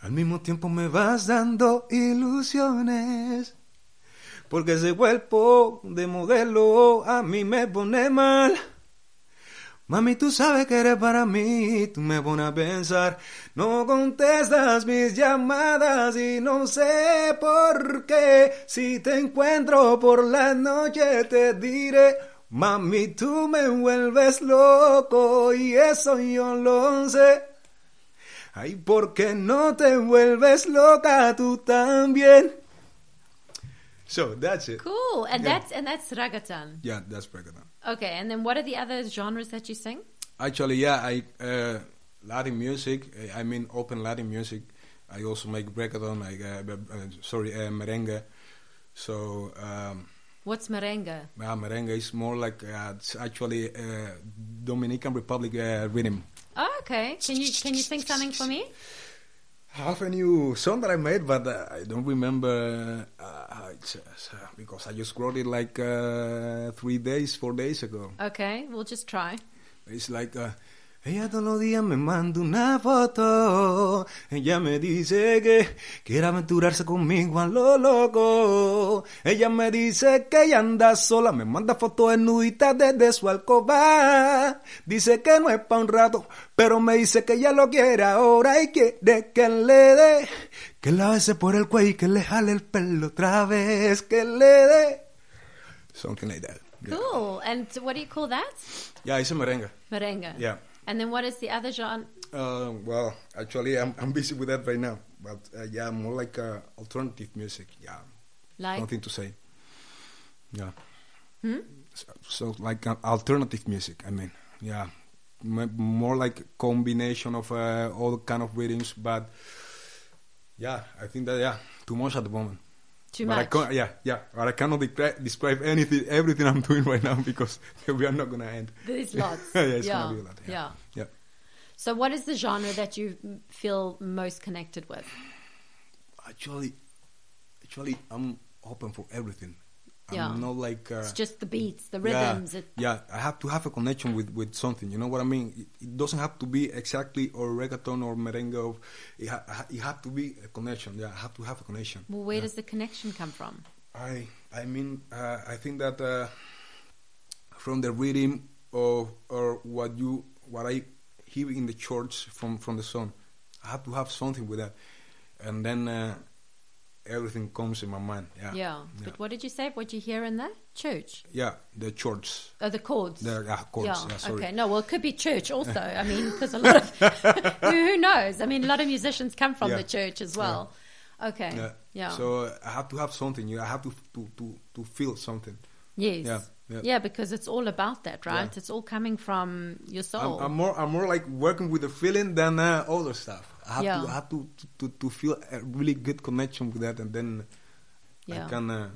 Speaker 1: al mismo tiempo me vas dando ilusiones. Porque ese cuerpo de modelo a mí me pone mal. Mami, tú sabes que eres para mí, tú me pones a pensar. No contestas mis llamadas y no sé por qué. Si te encuentro por la noche te diré, mami, tú me vuelves loco y eso yo lo sé. Ay, ¿por qué no te vuelves loca tú también? So, that's it.
Speaker 4: Cool. And
Speaker 1: Yeah.
Speaker 4: that's and that's reggaeton.
Speaker 1: Yeah, that's breakdown.
Speaker 4: Okay, and then what are the other genres that you sing?
Speaker 1: Actually, yeah, I uh, Latin music. uh, I mean, open Latin music. I also make reggaeton, like uh, b- uh, sorry, uh, merengue. So um,
Speaker 4: What's merengue?
Speaker 1: yeah, merengue is more like uh, it's actually uh, Dominican Republic uh, rhythm.
Speaker 4: Oh, okay. Can you can you sing something for me?
Speaker 1: Half a new song that I made, but uh, I don't remember uh, how it's, uh, because I just wrote it like uh, three days, four days ago.
Speaker 4: Okay, we'll just try.
Speaker 1: It's like, uh, Ella todos los días me manda una foto. Ella me dice que quiere aventurarse conmigo a lo loco. Ella me dice que ella anda sola. Me manda fotos desnuditas desde su alcoba. Dice que no es pa' un rato, pero me dice que ella lo quiere ahora y quiere que le dé. Que la bese por el cuello y que le jale el pelo otra vez. Que le dé. Something like that. Yeah.
Speaker 4: Cool. And what do you call that?
Speaker 1: Yeah, it's a merengue.
Speaker 4: Merengue.
Speaker 1: Yeah.
Speaker 4: And then what is the other genre?
Speaker 1: Uh, well, actually, I'm, I'm busy with that right now. But uh, yeah, more like uh, alternative music. Yeah,
Speaker 4: Like Hmm?
Speaker 1: nothing to say. Yeah. So, so like uh, alternative music. I mean, yeah, M- more like combination of uh, all kind of rhythms. But yeah, I think that yeah, too much at the moment.
Speaker 4: too
Speaker 1: but I
Speaker 4: much.
Speaker 1: can't, yeah, yeah. But I cannot decri- describe anything, everything I'm doing right now because we are not gonna end.
Speaker 4: There's lots.
Speaker 1: yeah, it's gonna be a lot. Yeah. yeah.
Speaker 4: So what is the genre that you m- feel most connected with?
Speaker 1: actually actually i'm open for everything
Speaker 4: Yeah.
Speaker 1: i'm not like uh,
Speaker 4: It's just the beats, the
Speaker 1: yeah,
Speaker 4: rhythms. It,
Speaker 1: yeah i have to have a connection with with something you know what i mean it, it doesn't have to be exactly or reggaeton or merengue or, it, ha- ha- it have to be a connection yeah i have to have a connection
Speaker 4: well, where
Speaker 1: yeah.
Speaker 4: does the connection come from?
Speaker 1: I I mean uh, I think that uh, from the reading of or what you what I hear in the church from from the song, I have to have something with that, and then uh, everything comes in my mind. Yeah,
Speaker 4: Yeah. But what did you say? What you hear in the church?
Speaker 1: yeah, the church.
Speaker 4: Oh, the chords.
Speaker 1: The yeah, chords. Yeah, sorry.
Speaker 4: Okay. No, well, it could be church also. I mean, because a lot of who, who knows? I mean, a lot of musicians come from
Speaker 1: Yeah.
Speaker 4: the church as well. Okay.
Speaker 1: Yeah.
Speaker 4: Yeah.
Speaker 1: So uh, I have to have something. You, know, I have to to to, to feel something.
Speaker 4: yes.
Speaker 1: yeah,
Speaker 4: Yeah,
Speaker 1: yeah.
Speaker 4: because it's all about that, right? It's all coming from your
Speaker 1: I'm,
Speaker 4: soul.
Speaker 1: I'm more I'm more like working with the feeling than uh, other stuff. I have
Speaker 4: Yeah.
Speaker 1: to I have to, to to feel a really good connection with that, and then
Speaker 4: Yeah.
Speaker 1: I can uh,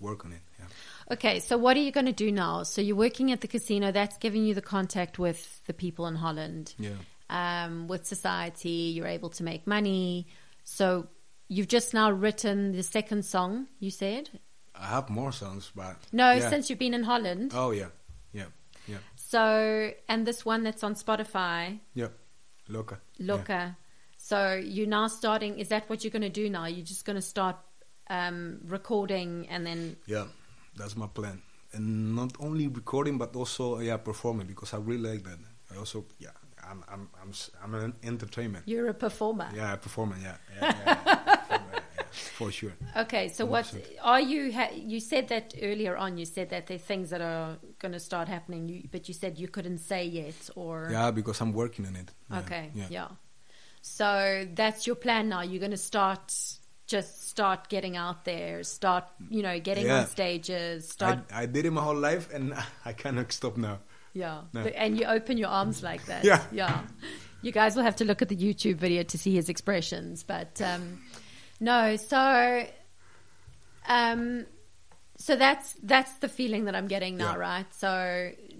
Speaker 1: work on it. Yeah.
Speaker 4: Okay, so what are you going to do now? So you're working at the casino. That's giving you the contact with the people in Holland,
Speaker 1: Yeah.
Speaker 4: um, with society. You're able to make money. So you've just now written the second song. You said
Speaker 1: I have more songs, but
Speaker 4: no,
Speaker 1: yeah.
Speaker 4: since you've been in Holland.
Speaker 1: oh yeah, yeah, yeah,
Speaker 4: So and this one that's on Spotify,
Speaker 1: yeah, Loca. Yeah.
Speaker 4: Loca. So you're now starting. Is that what you're going to do now? You're just going to start um, recording and then
Speaker 1: Yeah, that's my plan, and not only recording but also yeah performing because I really like that. I also yeah, I'm I'm I'm s- I'm an entertainment.
Speaker 4: you're a performer.
Speaker 1: Yeah, performing. Yeah, yeah, yeah, yeah, performer, yeah, for sure.
Speaker 4: Okay, so what are you? Ha- you said that earlier on. You said that there are things that are going to start happening, you, but you said you couldn't say yet, or
Speaker 1: Yeah, because I'm working on it. Yeah,
Speaker 4: okay, yeah. So that's your plan now. You're going to start, just start getting out there, start, you know, getting
Speaker 1: Yeah.
Speaker 4: on stages, start,
Speaker 1: I, I did it my whole life and I cannot stop now.
Speaker 4: yeah,
Speaker 1: No.
Speaker 4: and you open your arms like that,
Speaker 1: Yeah.
Speaker 4: yeah. You guys will have to look at the YouTube video to see his expressions, but um, no, so. Um, So that's that's the feeling that I'm getting now,
Speaker 1: Yeah.
Speaker 4: right? So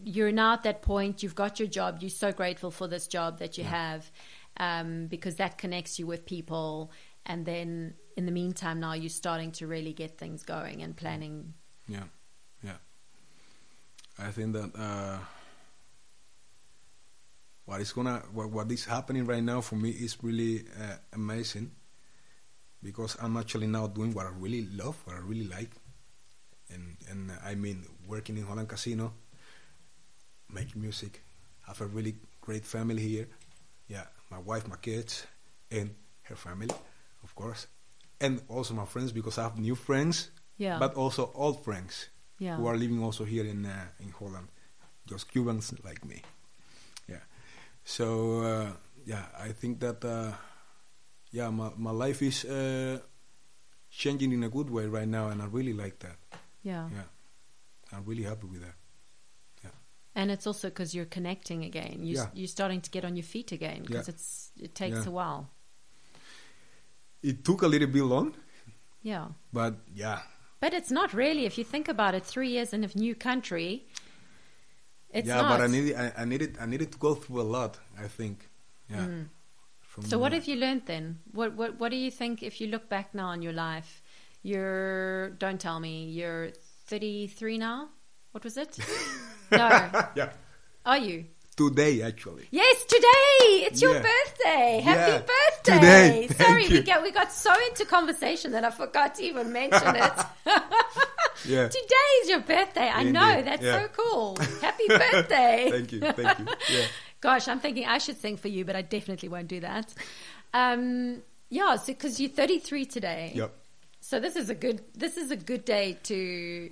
Speaker 4: you're now at that point. You've got your job. You're so grateful for this job that you have, um, because that connects you with people. And then in the meantime, now you're starting to really get things going and planning.
Speaker 1: Yeah, yeah. I think that uh, what is gonna what, what is happening right now for me is really uh, amazing because I'm actually now doing what I really love, what I really like, and and I mean working in Holland Casino, make music, have a really great family here. Yeah, my wife, my kids, and her family, of course, and also my friends because I have new friends.
Speaker 4: Yeah.
Speaker 1: But also old friends
Speaker 4: Yeah.
Speaker 1: who are living also here in uh, in Holland, just Cubans like me. Yeah. So uh, yeah, I think that uh, yeah, my my life is uh, changing in a good way right now, and I really like that.
Speaker 4: Yeah,
Speaker 1: Yeah, I'm really happy with that.
Speaker 4: and it's also because you're connecting again. You,
Speaker 1: Yeah.
Speaker 4: You're starting to get on your feet again because
Speaker 1: Yeah.
Speaker 4: it's it takes
Speaker 1: Yeah.
Speaker 4: a while.
Speaker 1: It took a little bit long,
Speaker 4: Yeah.
Speaker 1: but yeah,
Speaker 4: But it's not really, if you think about it, three years in a new country. It's
Speaker 1: yeah.
Speaker 4: not.
Speaker 1: But I needed, I, I needed, I needed to go through a lot. I think. Yeah. From
Speaker 4: Mm. So what
Speaker 1: uh,
Speaker 4: have you learned then? What what what do you think if you look back now on your life? You're don't tell me you're 33 now. What was it? no,
Speaker 1: Yeah.
Speaker 4: are you?
Speaker 1: today actually.
Speaker 4: Yes, today it's your
Speaker 1: Yeah.
Speaker 4: birthday. Happy
Speaker 1: Yeah.
Speaker 4: birthday!
Speaker 1: Today. Thank
Speaker 4: Sorry, we
Speaker 1: you.
Speaker 4: got we got so into conversation that I forgot to even mention it.
Speaker 1: Yeah.
Speaker 4: Today is your birthday. I
Speaker 1: Indeed.
Speaker 4: know that's
Speaker 1: Yeah.
Speaker 4: so cool. Happy birthday!
Speaker 1: Thank you, thank you. Yeah.
Speaker 4: Gosh, I'm thinking I should sing for you, but I definitely won't do that. Um, yeah, so because you're 33 today.
Speaker 1: Yep.
Speaker 4: So this is a good this is a good day to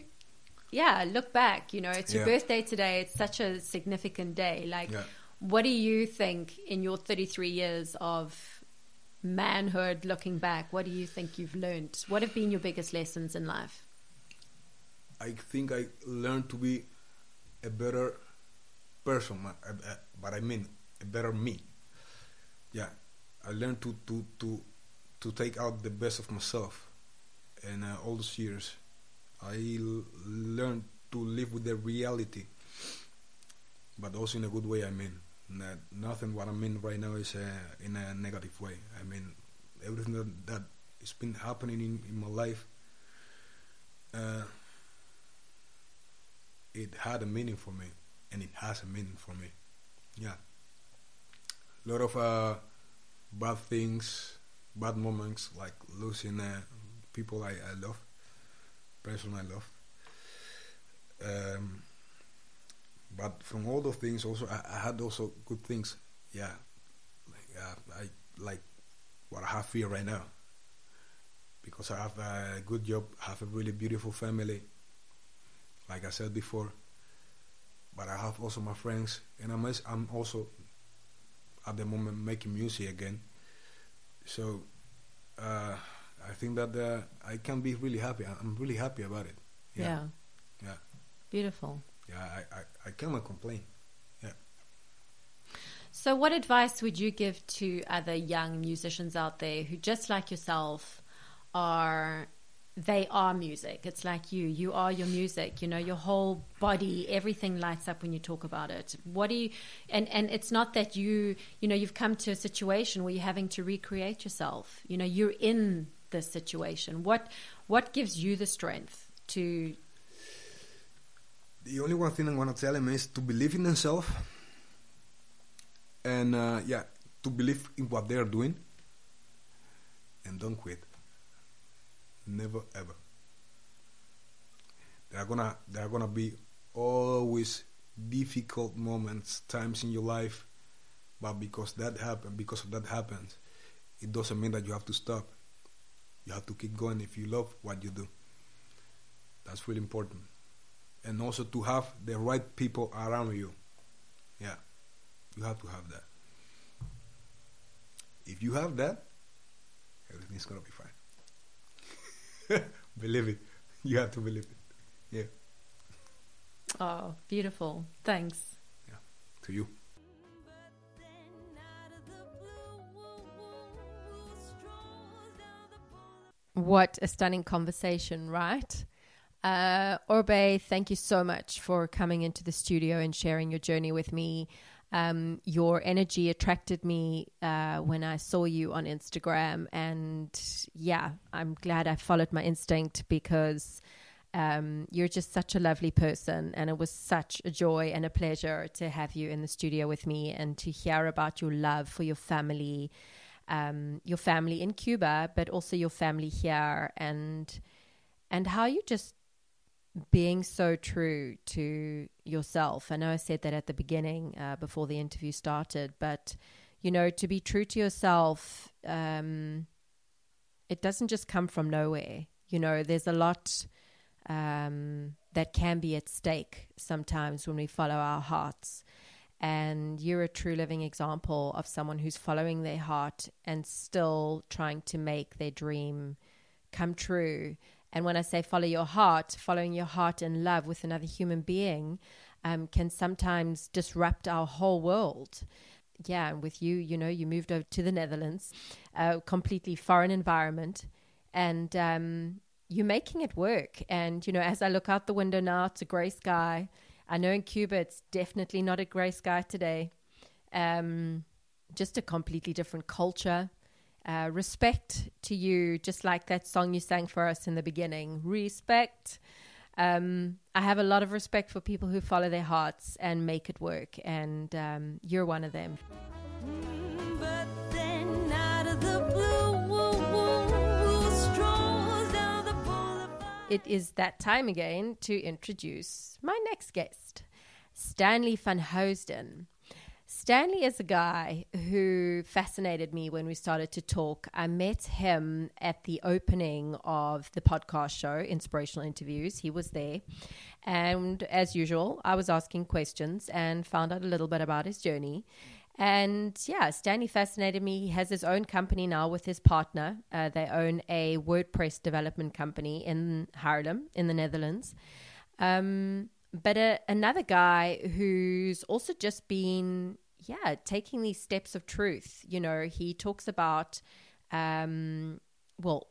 Speaker 4: yeah, look back, you know, it's your
Speaker 1: Yeah.
Speaker 4: birthday today. It's such a significant day. Like
Speaker 1: Yeah.
Speaker 4: what do you think in your 33 years of manhood looking back? What do you think you've learned? What have been your biggest lessons in life?
Speaker 1: I think I learned to be a better person, ma- uh, uh, but I mean a better me. Yeah, I learned to to to to take out the best of myself, and uh, all those years, I l- learned to live with the reality, but also in a good way. I mean, not, nothing what I mean right now is uh, in a negative way. I mean, everything that that has been happening in, in my life. Uh, it had a meaning for me and it has a meaning for me yeah a lot of uh, bad things bad moments like losing uh, people I, I love person i love um, but from all those things also I, I had also good things yeah like, uh, i like what i have here right now because i have a good job have a really beautiful family like I said before. But I have also my friends, and I'm als- I'm also at the moment making music again. So uh, I think that uh, I can be really happy. I- I'm really happy about it.
Speaker 4: yeah.
Speaker 1: yeah,
Speaker 4: Beautiful.
Speaker 1: yeah. I, I, I cannot complain. Yeah.
Speaker 4: So, what advice would you give to other young musicians out there who, just like yourself, are they are music? It's like you, you are your music. You know, your whole body, everything lights up when you talk about it. What do you? And and it's not that you, you know, you've come to a situation where you're having to recreate yourself. You know, you're in this situation. What what gives you the strength to?
Speaker 1: the only one thing I'm gonna tell him is to believe in themselves, and uh, yeah, to believe in what they're doing, and don't quit. Never ever. There are gonna there are gonna be always difficult moments, times in your life, but because that happened, because of that happens, it doesn't mean that you have to stop. You have to keep going if you love what you do. That's really important and also to have the right people around you. Yeah, you have to have that. If you have that, everything's gonna be fine. believe it. You have to believe it. Yeah,
Speaker 4: Oh, beautiful. Thanks.
Speaker 1: yeah. To you.
Speaker 3: What a stunning conversation, right? Uh, Orbe, thank you so much for coming into the studio and sharing your journey with me. Um, your energy attracted me uh, when I saw you on Instagram. And yeah, I'm glad I followed my instinct because um, you're just such a lovely person. And it was such a joy and a pleasure to have you in the studio with me and to hear about your love for your family um, your family in Cuba, but also your family here, and and how you just being so true to yourself. I know I said that at the beginning uh, before the interview started, but you know, to be true to yourself, um, it doesn't just come from nowhere. You know, there's a lot um, that can be at stake sometimes when we follow our hearts. And you're a true living example of someone who's following their heart and still trying to make their dream come true. And when I say follow your heart, following your heart in love with another human being um, can sometimes disrupt our whole world yeah, and with you, you know, you moved over to the Netherlands, a completely foreign environment, and um, you're making it work. And, you know, as I look out the window now, it's a grey sky. I know in Cuba, it's definitely not a grey sky today. Um, just a completely different culture. Uh, respect to you, just like that song you sang for us in the beginning. Respect. Um, I have a lot of respect for people who follow their hearts and make it work, and um, you're one of them.
Speaker 5: But then out of the blue, woo, woo, woo, strolls down the boulevard.
Speaker 3: It is that time again to introduce my next guest, Stanley van Hoosden. Stanley is a guy who fascinated me when we started to talk. I met him at the opening of the podcast show, Inspirational Interviews. He was there. And as usual, I was asking questions and found out a little bit about his journey. And yeah, Stanley fascinated me. He has his own company now with his partner. Uh, they own a WordPress development company in Haarlem, in the Netherlands. Um, but a, another guy who's also just been, yeah, taking these steps of truth. You know, he talks about, um, well,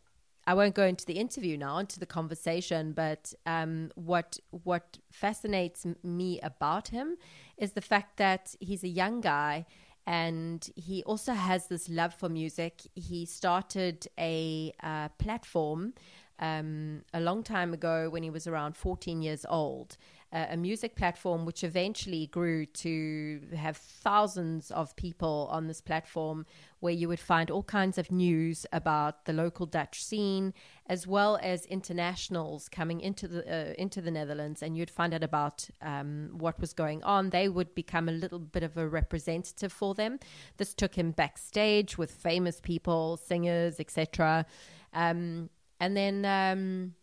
Speaker 3: I won't go into the interview now, into the conversation, but um, what what fascinates m- me about him is the fact that he's a young guy and he also has this love for music. He started a uh, platform um, a long time ago when he was around 14 years old, uh, a music platform which eventually grew to have thousands of people on this platform where you would find all kinds of news about the local Dutch scene as well as internationals coming into the uh, into the Netherlands and you'd find out about um, what was going on. They would become a little bit of a representative for them. This took him backstage with famous people, singers, etc. Um, and then um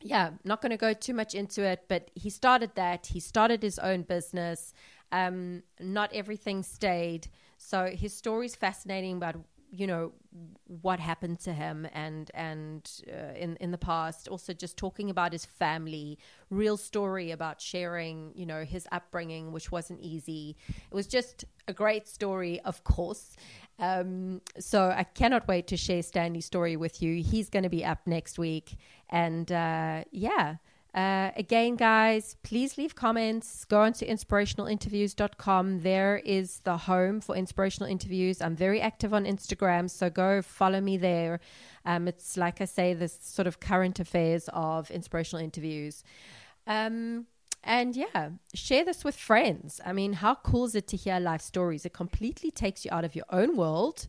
Speaker 3: yeah not going to go too much into it but he started that he started his own business um not everything stayed so his story's fascinating about you know what happened to him and and uh, in in the past also just talking about his family real story about sharing you know his upbringing which wasn't easy it was just a great story of course um, so i cannot wait to share stanley's story with you he's going to be up next week and uh, yeah uh, again, guys, please leave comments. Go on to inspirationalinterviews.com. There is the home for inspirational interviews. I'm very active on Instagram, so go follow me there. Um, it's like I say, this sort of current affairs of inspirational interviews. Um, and yeah, share this with friends. I mean, how cool is it to hear life stories? It completely takes you out of your own world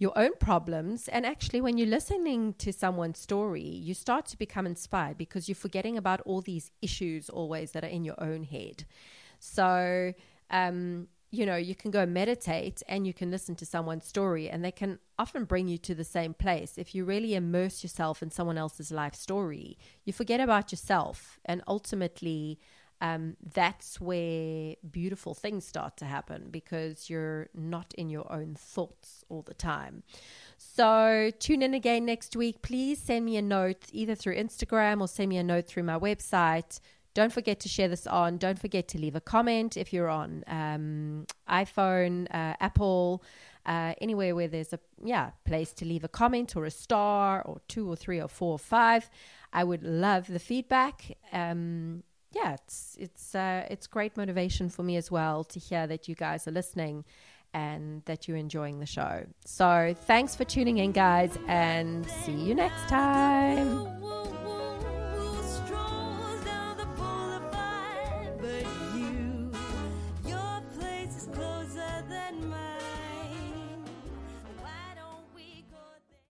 Speaker 3: your own problems. And actually, when you're listening to someone's story, you start to become inspired because you're forgetting about all these issues always that are in your own head. So, um, you know, you can go meditate and you can listen to someone's story, and they can often bring you to the same place. If you really immerse yourself in someone else's life story, you forget about yourself. And ultimately, um, that's where beautiful things start to happen because you're not in your own thoughts all the time. So, tune in again next week. Please send me a note either through Instagram or send me a note through my website. Don't forget to share this on. Don't forget to leave a comment if you're on um, iPhone, uh, Apple, uh, anywhere where there's a yeah place to leave a comment or a star or two or three or four or five. I would love the feedback. Um, yeah, it's it's uh, it's great motivation for me as well to hear that you guys are listening and that you're enjoying the show. So thanks for tuning in, guys, and see you next time.
Speaker 5: Woo, woo,